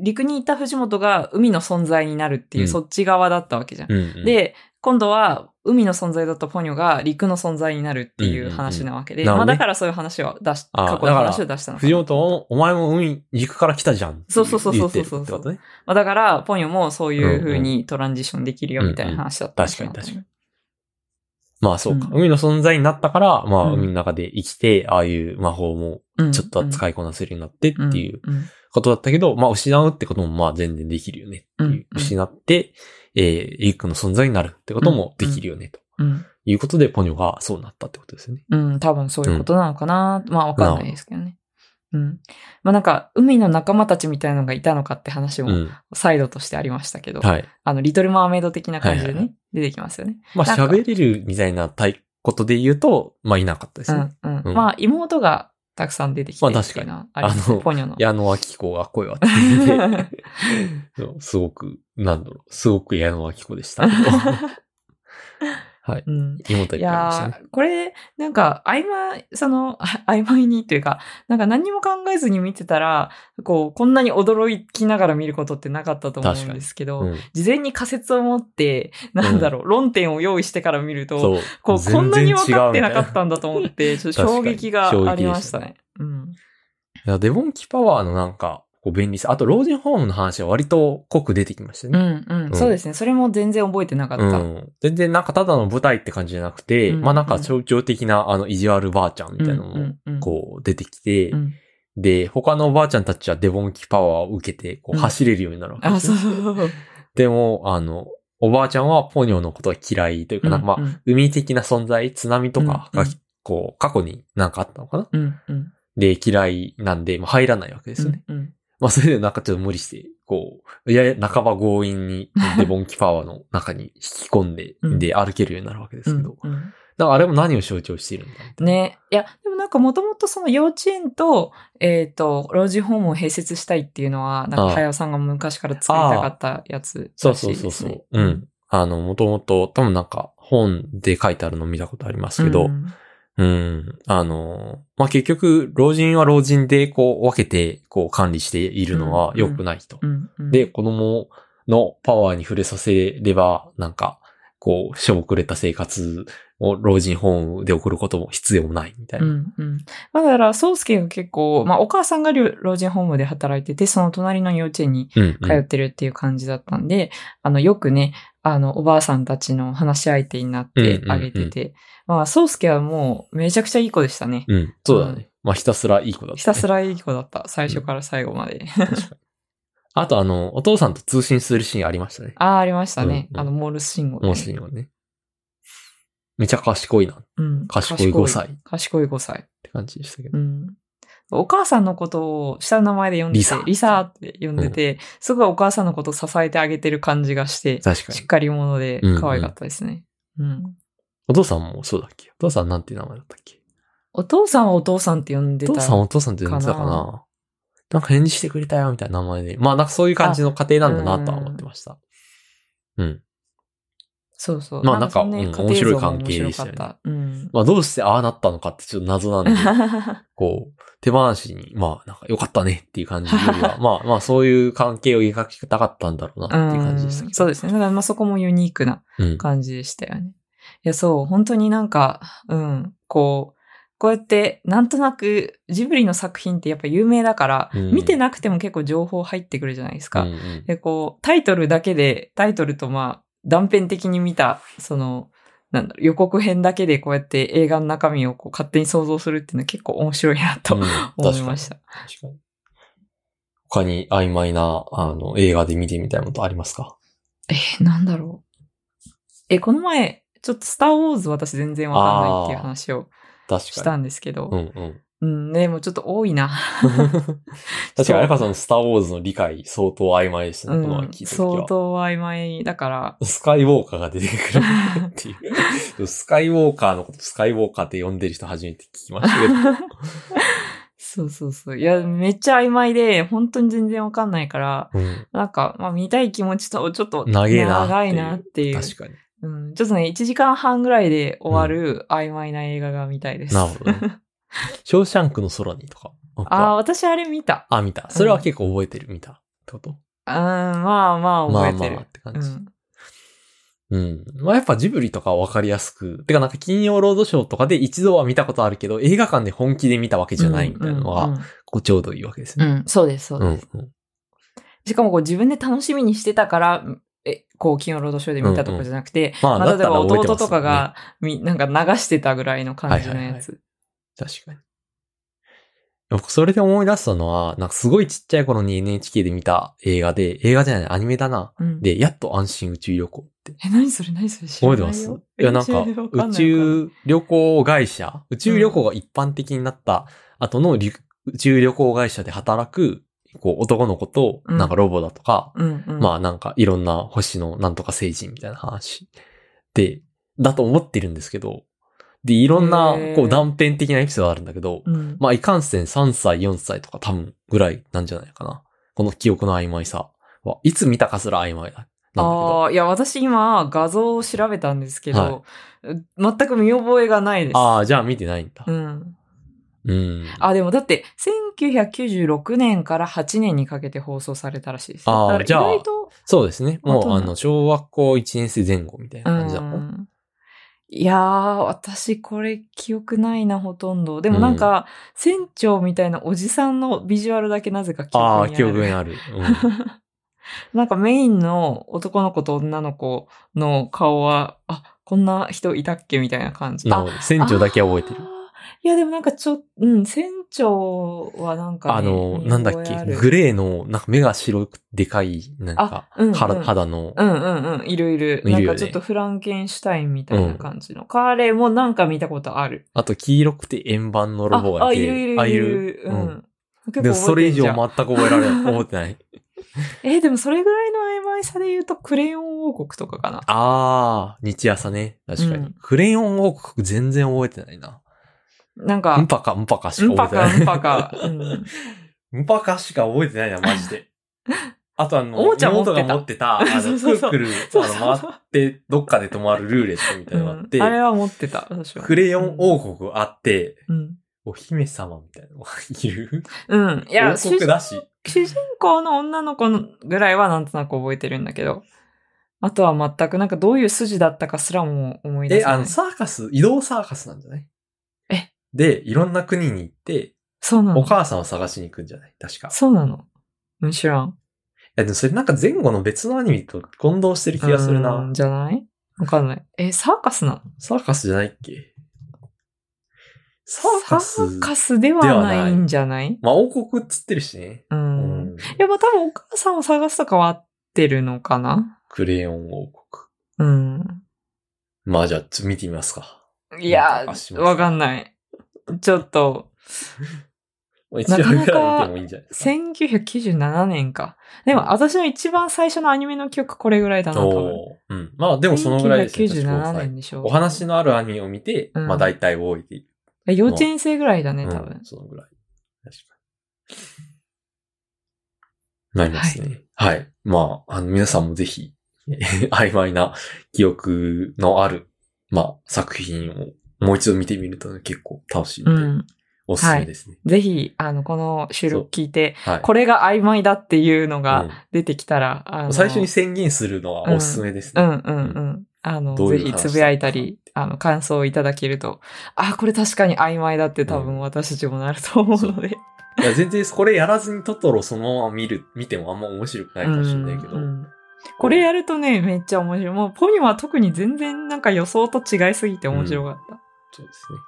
B: 陸にいた藤本が海の存在になるっていう、
A: うん
B: そっち側だったわけじゃん。
A: うん、うん。、
B: で、今度は海の存在だったポニョが陸の存在になるってい
A: んうん
B: う
A: うん
B: 話なわけで、
A: なるほ
B: ま
A: ど
B: あ
A: ね
B: だからそういう話を出し、
A: あー
B: 過去の話を出したのか
A: 藤
B: な。
A: 本も、お前も海、陸から来たじゃん。
B: そうそうそうそうそ
A: 言
B: う
A: ってるってことね。
B: まあだから、ポニョもそういう風にトランジションできるよみたいな話だったのな
A: うんうん確かに確まあそうか、
B: うん
A: 海の存在になったから、まあ
B: うん
A: 海の中で生きて、ああいう魔法も
B: うん
A: ちょっとは使いこなせるようになってっていう
B: うんうん
A: ことだったけど、まあ失うってこともまあ全然できるよねって
B: うんう
A: い
B: ん
A: う。失って、えー、リュックの存在になるってこともできるよねと。
B: うん
A: いうことで、ポニョがそうなったってことですよね。
B: うん、多分そういうことなのかな、まあわかんないですけどね。うん。まあなんか、海の仲間たちみたいのがいたのかって話
A: う
B: も、
A: ん。
B: サイドとしてありましたけど、
A: はい。
B: あの、リトル・マーメイド的な感じで
A: は
B: ね、
A: いはいは
B: 出てきますよね。
A: まあ
B: なんか
A: 喋れるみたいなたいことで言うと、まあいなかったです
B: う
A: ね。
B: ん、うん、
A: うん
B: まあ、妹がたくさん出てきて
A: まあ
B: っていうのはあります
A: あ
B: ね、
A: の
B: ポニョの。
A: 矢野明子が声を当ててそうすごく、なんだろう、すごく矢野明子でした けど。はい。
B: うん、
A: 妹
B: い
A: いっぱいいましたね
B: や。ー、これ、なんか、曖昧、その、あ曖昧にというか、なんか何にも考えずに見てたら、こう、こんなに驚きながら見ることってなかったと思うんですけど、
A: うん
B: 事前に仮説を持って、なんだろう、論点を用意してから見ると、
A: そう。
B: こう、こんなに分かってなかっ
A: 全然違うみい
B: たんだと 思って、ちょっと
A: 確か
B: 衝
A: に
B: 撃がありましたね。うん。
A: いや、デボンキパワーのなんか、こう便利さ。あと、老人ホームの話は割と濃く出てきました
B: う
A: ね。
B: ん、うん、
A: ん
B: そうですね。それも全然覚えてなかった。
A: ん全然なんかただの舞台って感じじゃなくて、
B: うん
A: まあなんか象徴的なあの意地悪ばあちゃんみたいなの
B: うん
A: も、
B: うんうん
A: こう出てきて、
B: うん
A: で、他のおばあちゃんたちはデボンキパワーを受けて、こう
B: うん
A: 走れるようになるわけ
B: あ、
A: です
B: そ
A: ね、
B: うそうそう。
A: でも、あの、おばあちゃんはポニョのことが嫌いというか、 なんかまあ、
B: うん
A: 海的な存在、津波とかが、
B: うんうん
A: こう、過去になんかあったのかな
B: うん、うん。
A: で、嫌いなんで、まあ入らないわけですよね。
B: うんうん
A: まあ、それでなんかちょっと無理して、こう、いや、半ば強引にデボンキパワーの中に引き込んで、
B: うん
A: で、歩けるようになるわけですけど。
B: うんうん
A: なんかあれも何を象徴しているんだみたいな
B: ね。いや、でもなんかもともとその幼稚園と、えっ、と、老人ホームを併設したいっていうのは、なんか、
A: ああ
B: はやさんが昔から作りたかったやつ
A: そう
B: ら
A: そ
B: し
A: う
B: い
A: そ
B: で
A: う
B: す
A: そ
B: ね、
A: う。うん。あの、もともと、多分なんか本で書いてあるの見たことありますけ
B: う
A: ど、
B: ん
A: うん、あの、まあ、結局、老人は老人で、こう、分けて、こう、管理しているのは良くないと。
B: うんうん
A: で、子供のパワーに触れさせれば、なんか、こう、しょぼくれた生活を老人ホームで送ることも必要もないみたいうな。
B: んうん。まあだから、宗介が結構、まあお母さんがりょ老人ホームで働いてて、その隣の幼稚園に
A: うん、うん。
B: 通ってるっていう感じだったんで、あの、よくね、あの、おばあさんたちの話し相手になってあげてて、まあ、宗介はもうめちゃくちゃいい子でしたね。
A: うんそうだね。まあ、ひたすらいい子だった、ね。
B: ひたすらいい子だった。最初から最後まで。
A: あと、あの、お父さんと通信するシーンありましたね。
B: ああ、ありましたね。
A: うんうん
B: あの、モールス信号、ね。
A: 面白いよね。めちゃ賢いな。
B: うん。
A: 賢い5歳っ
B: 賢い。賢い5歳。
A: て感じでしたけど。
B: うん。お母さんのことを下の名前で呼んでて、
A: リサ
B: リサって呼んでて、すごいお母さんのことを支えてあげてる感じがして、
A: 確か
B: しっ
A: に。
B: かり者で
A: うんうん
B: 可愛かったですね。うん、
A: お父さんもそうだっけお父さんなんて名前だったっけ
B: お父さんはお父さんって呼んで
A: お
B: た。
A: 父さんお父さんって呼んでたかな
B: か
A: なんか返事してくれたよみたいな名前で。まあなんかそういう感じの家庭なんだなとは思ってました。うん。
B: そうそう。
A: まあなんか
B: そね
A: うん
B: 家庭像も
A: 面白い関係でしたよね
B: 面白かったうん。
A: まあどうしてああなったのかってちょっと謎 なんで、
B: う
A: こう、手放しに、まあなんか良かったねっていう感じより は、まあまあそういう関係を描きたかったんだろうなっていう感じでしたけ
B: んそうですね。だからまあそこもユニークな
A: ど。うん。
B: 感じでしたよね。いや、そう、本当になんか、うん、こう、こうやって、なんとなく、ジブリの作品ってやっぱ有名だから、
A: うん
B: 見てなくても結構情報入ってくるじゃないですか。
A: うんうん
B: で、こう、タイトルだけで、タイトルとまあ、断片的に見た、その、なんだろう、予告編だけでこうやって映画の中身をこう勝手に想像するっていうのは結構面白いなと
A: うん
B: 思いました。
A: 確かに。他に曖昧な、あの、映画で見てみたいものとありますか
B: えーなんだろう。え、この前、ちょっとスターウォーズ私全然わかんないっていう話を
A: 確
B: し
A: か
B: た
A: に。
B: んですけど
A: う、ん うん。
B: うん、ね、もうちょっと多いな。
A: 確かに、あやかさんのスターウォーズの理解相当曖昧でした
B: う
A: ね、この聞
B: ん、
A: いた時
B: 相
A: は。
B: 当曖昧 だから、
A: スカイウォーカーが出てくるって いう。スカイウォーカーのことスカイウォーカーって呼んでる人初めて聞きましたけ ど。
B: そうそうそう。いや、めっちゃ曖昧で、本当に全然わかんないから、
A: うん、
B: なんか、まあ見たい気持ちと、ちょっと、
A: 長えなっていう
B: 長いなっていう。
A: 確かに。
B: うん、ちょっとね、1時間半ぐらいで終わる曖昧な映画が見たいです。
A: なるほどね。ショーシャンクの空にとか。僕
B: ああ、
A: は
B: 私あれ見た。
A: あ、見た。それは結構覚えてる、見た。ってこと
B: うん、まあまあ
A: ま
B: 覚
A: あ
B: えて
A: ま
B: る。
A: あって感
B: う
A: じ。
B: ん。
A: うん。まあやっぱジブリとかわかりやすく。てかなんか金曜ロードショーとかで一度は見たことあるけど、映画館で本気で見たわけじゃないみたいなの
B: うん
A: は、こうちょうどいいわけです
B: うん
A: ね。
B: うんうんそうです、そう
A: う
B: です。
A: ん。うん
B: しかもこう自分で楽しみにしてたから、え、こう、金曜ロードショーで見たとかじゃなくて、
A: まあ
B: まあ、
A: だった
B: 例え
A: ら
B: ば
A: 覚えて
B: 弟
A: ます
B: と
A: も
B: か
A: んね。
B: が、み、なんか流してたぐらいの感じのやつ。
A: 確かに。僕それで思い出したのは、なんかすごいちっちゃい頃に NHK で見た映画で、映画じゃない、アニメだな。
B: うん
A: で、やっと安心宇宙旅行って。
B: え、何それ何それ知ら
A: 覚
B: な
A: え
B: い
A: て
B: よ
A: ますいや、なんか、
B: 全然わ
A: 宇
B: んないから
A: 宙旅行会社、宇宙旅行が一般的になった後のり宇宙旅行会社で働く、こう、男の子と、
B: うん
A: なんかロボだとか、
B: うんうん。
A: まあなんかいろんな星のなんとか星人みたいな話で、だと思ってるんですけど、で、いろんな
B: へ、ー
A: こう、断片的なエピソードあるんだけど、
B: うん。
A: まあ、いかんせん3歳、4歳とか多分ぐらいなんじゃないかな。この記憶の曖昧さは、いつ見たかすら曖昧なんだけど。
B: ああ、いや、私今、画像を調べたんですけど、全く見覚えがないです。
A: ああ、じゃあ見てないんだ
B: う。ん。
A: うん。
B: あ、でもだって、1996年から8年にかけて放送されたらしいです。
A: あー
B: だから
A: じゃあ
B: 意外と、
A: そうですね。も
B: あど
A: う、
B: うな
A: あ
B: の
A: の、小学校1年生前後みたいな感じだも。
B: うんんいやー、私これ記憶ないな、ほとんど。でもなんか、船長みたいなおじさんのビジュアルだけなぜか記憶に
A: あ
B: あ
A: あ、
B: る。
A: 記憶にある。 うん
B: なんかメインの男の子と女の子の顔は、あ、こんな人いたっけみたいな感じ。
A: なるほど。船長だけは覚えてる
B: あー。。いや、でもなんかちょ、うん、船長はなんかね、
A: あの、
B: 見
A: なんだっ
B: 覚えあ
A: け、
B: る
A: グレーの、なんか目が白くでかい、なんか、
B: あうんうん
A: 肌肌の、
B: うんうんうん、いるいる。
A: いるよ
B: な
A: ね
B: んかちょっとフランケンシュタインみたいな感じの。彼もなんか見たことある。
A: あと黄色くて円盤のロボ
B: あ
A: が
B: あ、
A: い
B: い
A: て、
B: るいる
A: あ
B: いる。う
A: うん
B: ん。結構
A: でもそれ以上
B: 覚えて
A: 全
B: んじゃん
A: く覚えられない。覚えて ない。
B: えーでもそれぐらいの曖昧さで言うと、クレヨン王国とかかな。
A: ああ、日朝ね。確かに。
B: うん
A: クレヨン王国全然覚えてないな。
B: なん
A: うん
B: か、
A: ぱか、うんぱかし
B: うん
A: か
B: ぱ
A: 覚えてない。
B: か、う んぱか。うん
A: うんぱかしか覚えてないな、マジ で。あとあの、
B: おもちゃ持ってた
A: 妹が持ってた、あ
B: そ
A: の、く
B: うそう
A: る
B: そう
A: くる、
B: そうそう
A: あの、回って、どっかで止まるルーレットみたいなのがあって、
B: うんあれは持ってた、私は
A: ク。レヨン王国あって、
B: うん。
A: お姫様みたいなのがいる。
B: うん。いや、
A: 王
B: 主
A: 国
B: 人
A: だし。
B: 主人公の女の子のぐらいはなんとなく覚えてるんだけど、あとは全くなんかどういう筋だったかすらも思い出
A: え、
B: せない。
A: あの、サーカス、移動サーカスなんじゃない
B: え
A: で、いろんな国に行って、
B: そうな
A: お
B: の
A: 母さんを探しに行くんじゃない確か。
B: そうなのうん知らん。
A: いや、でもそれなんか前後の別のアニメと混同してる気がする
B: う。
A: なん
B: じゃないわかんない。え、サーカスなの
A: サーカスじゃないっけサーカス
B: サーカスではないんじゃない
A: まあ、王国っつってるしね。
B: う。
A: うん
B: い。や、まあ多分お母さんを探すとかは合ってるのかな
A: クレヨン王国。
B: うん。
A: まあ、じゃあ、ちょっと見てみますか。
B: いや
A: あし、ます
B: わかんない。ちょっと、
A: まあ一
B: な
A: 話ぐら見
B: かない
A: て
B: か
A: もいいんじゃないですか。
B: 1997年か。で
A: うん
B: も、私の一番最初のアニメの記憶これぐらいだな、多分。
A: おーうん。まあ、でもそのぐらいですね。
B: 1997
A: 確か
B: 年
A: に
B: でしょ。
A: お話のあるアニメを見て、
B: うん
A: まあ、大体覚えている。
B: 幼稚園生ぐらいだね、
A: う
B: 多
A: ん
B: 分。
A: そのぐらい。確かに。なりますね。はい。まあ、あの、皆さんもぜひ、 曖昧な記憶のある、まあ、作品をもう一度見てみると結構楽しいん
B: う
A: で、
B: ん。
A: おすすめですね。
B: ぜひ、あの、この収録聞いて、
A: はい。
B: これが曖昧だっていうの
A: う
B: が
A: ん
B: 出てきたら、あの
A: 最初に宣言するのはおすすめです
B: う
A: ね。
B: んうんうん。あの、
A: どう
B: ぜ
A: いう話
B: ひ
A: だ
B: つぶやいたり、あの、感想をいただけると、あ、これ確かに曖昧だって多
A: うん
B: 分私たちもなると思うので。
A: いや全然これやらずにトトロそのまま見る、見てもあんま面白くないかもしれないけど。
B: うんうんこれやるとね、めっちゃ面白い。もう、ポニョは特に全然なんか予想と違いすぎて面白かった。
A: そうですね。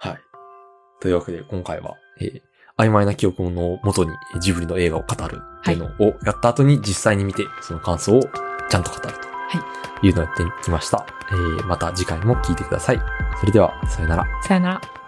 A: はい。というわけで今回は、えー曖昧な記憶のもとにジブリの映画を語るっていうのをやった後に実際に見て、その感想をちゃんと語るというのをやってきました。えーまた次回も聞いてください。それでは、さよなら。
B: さよなら。
A: 「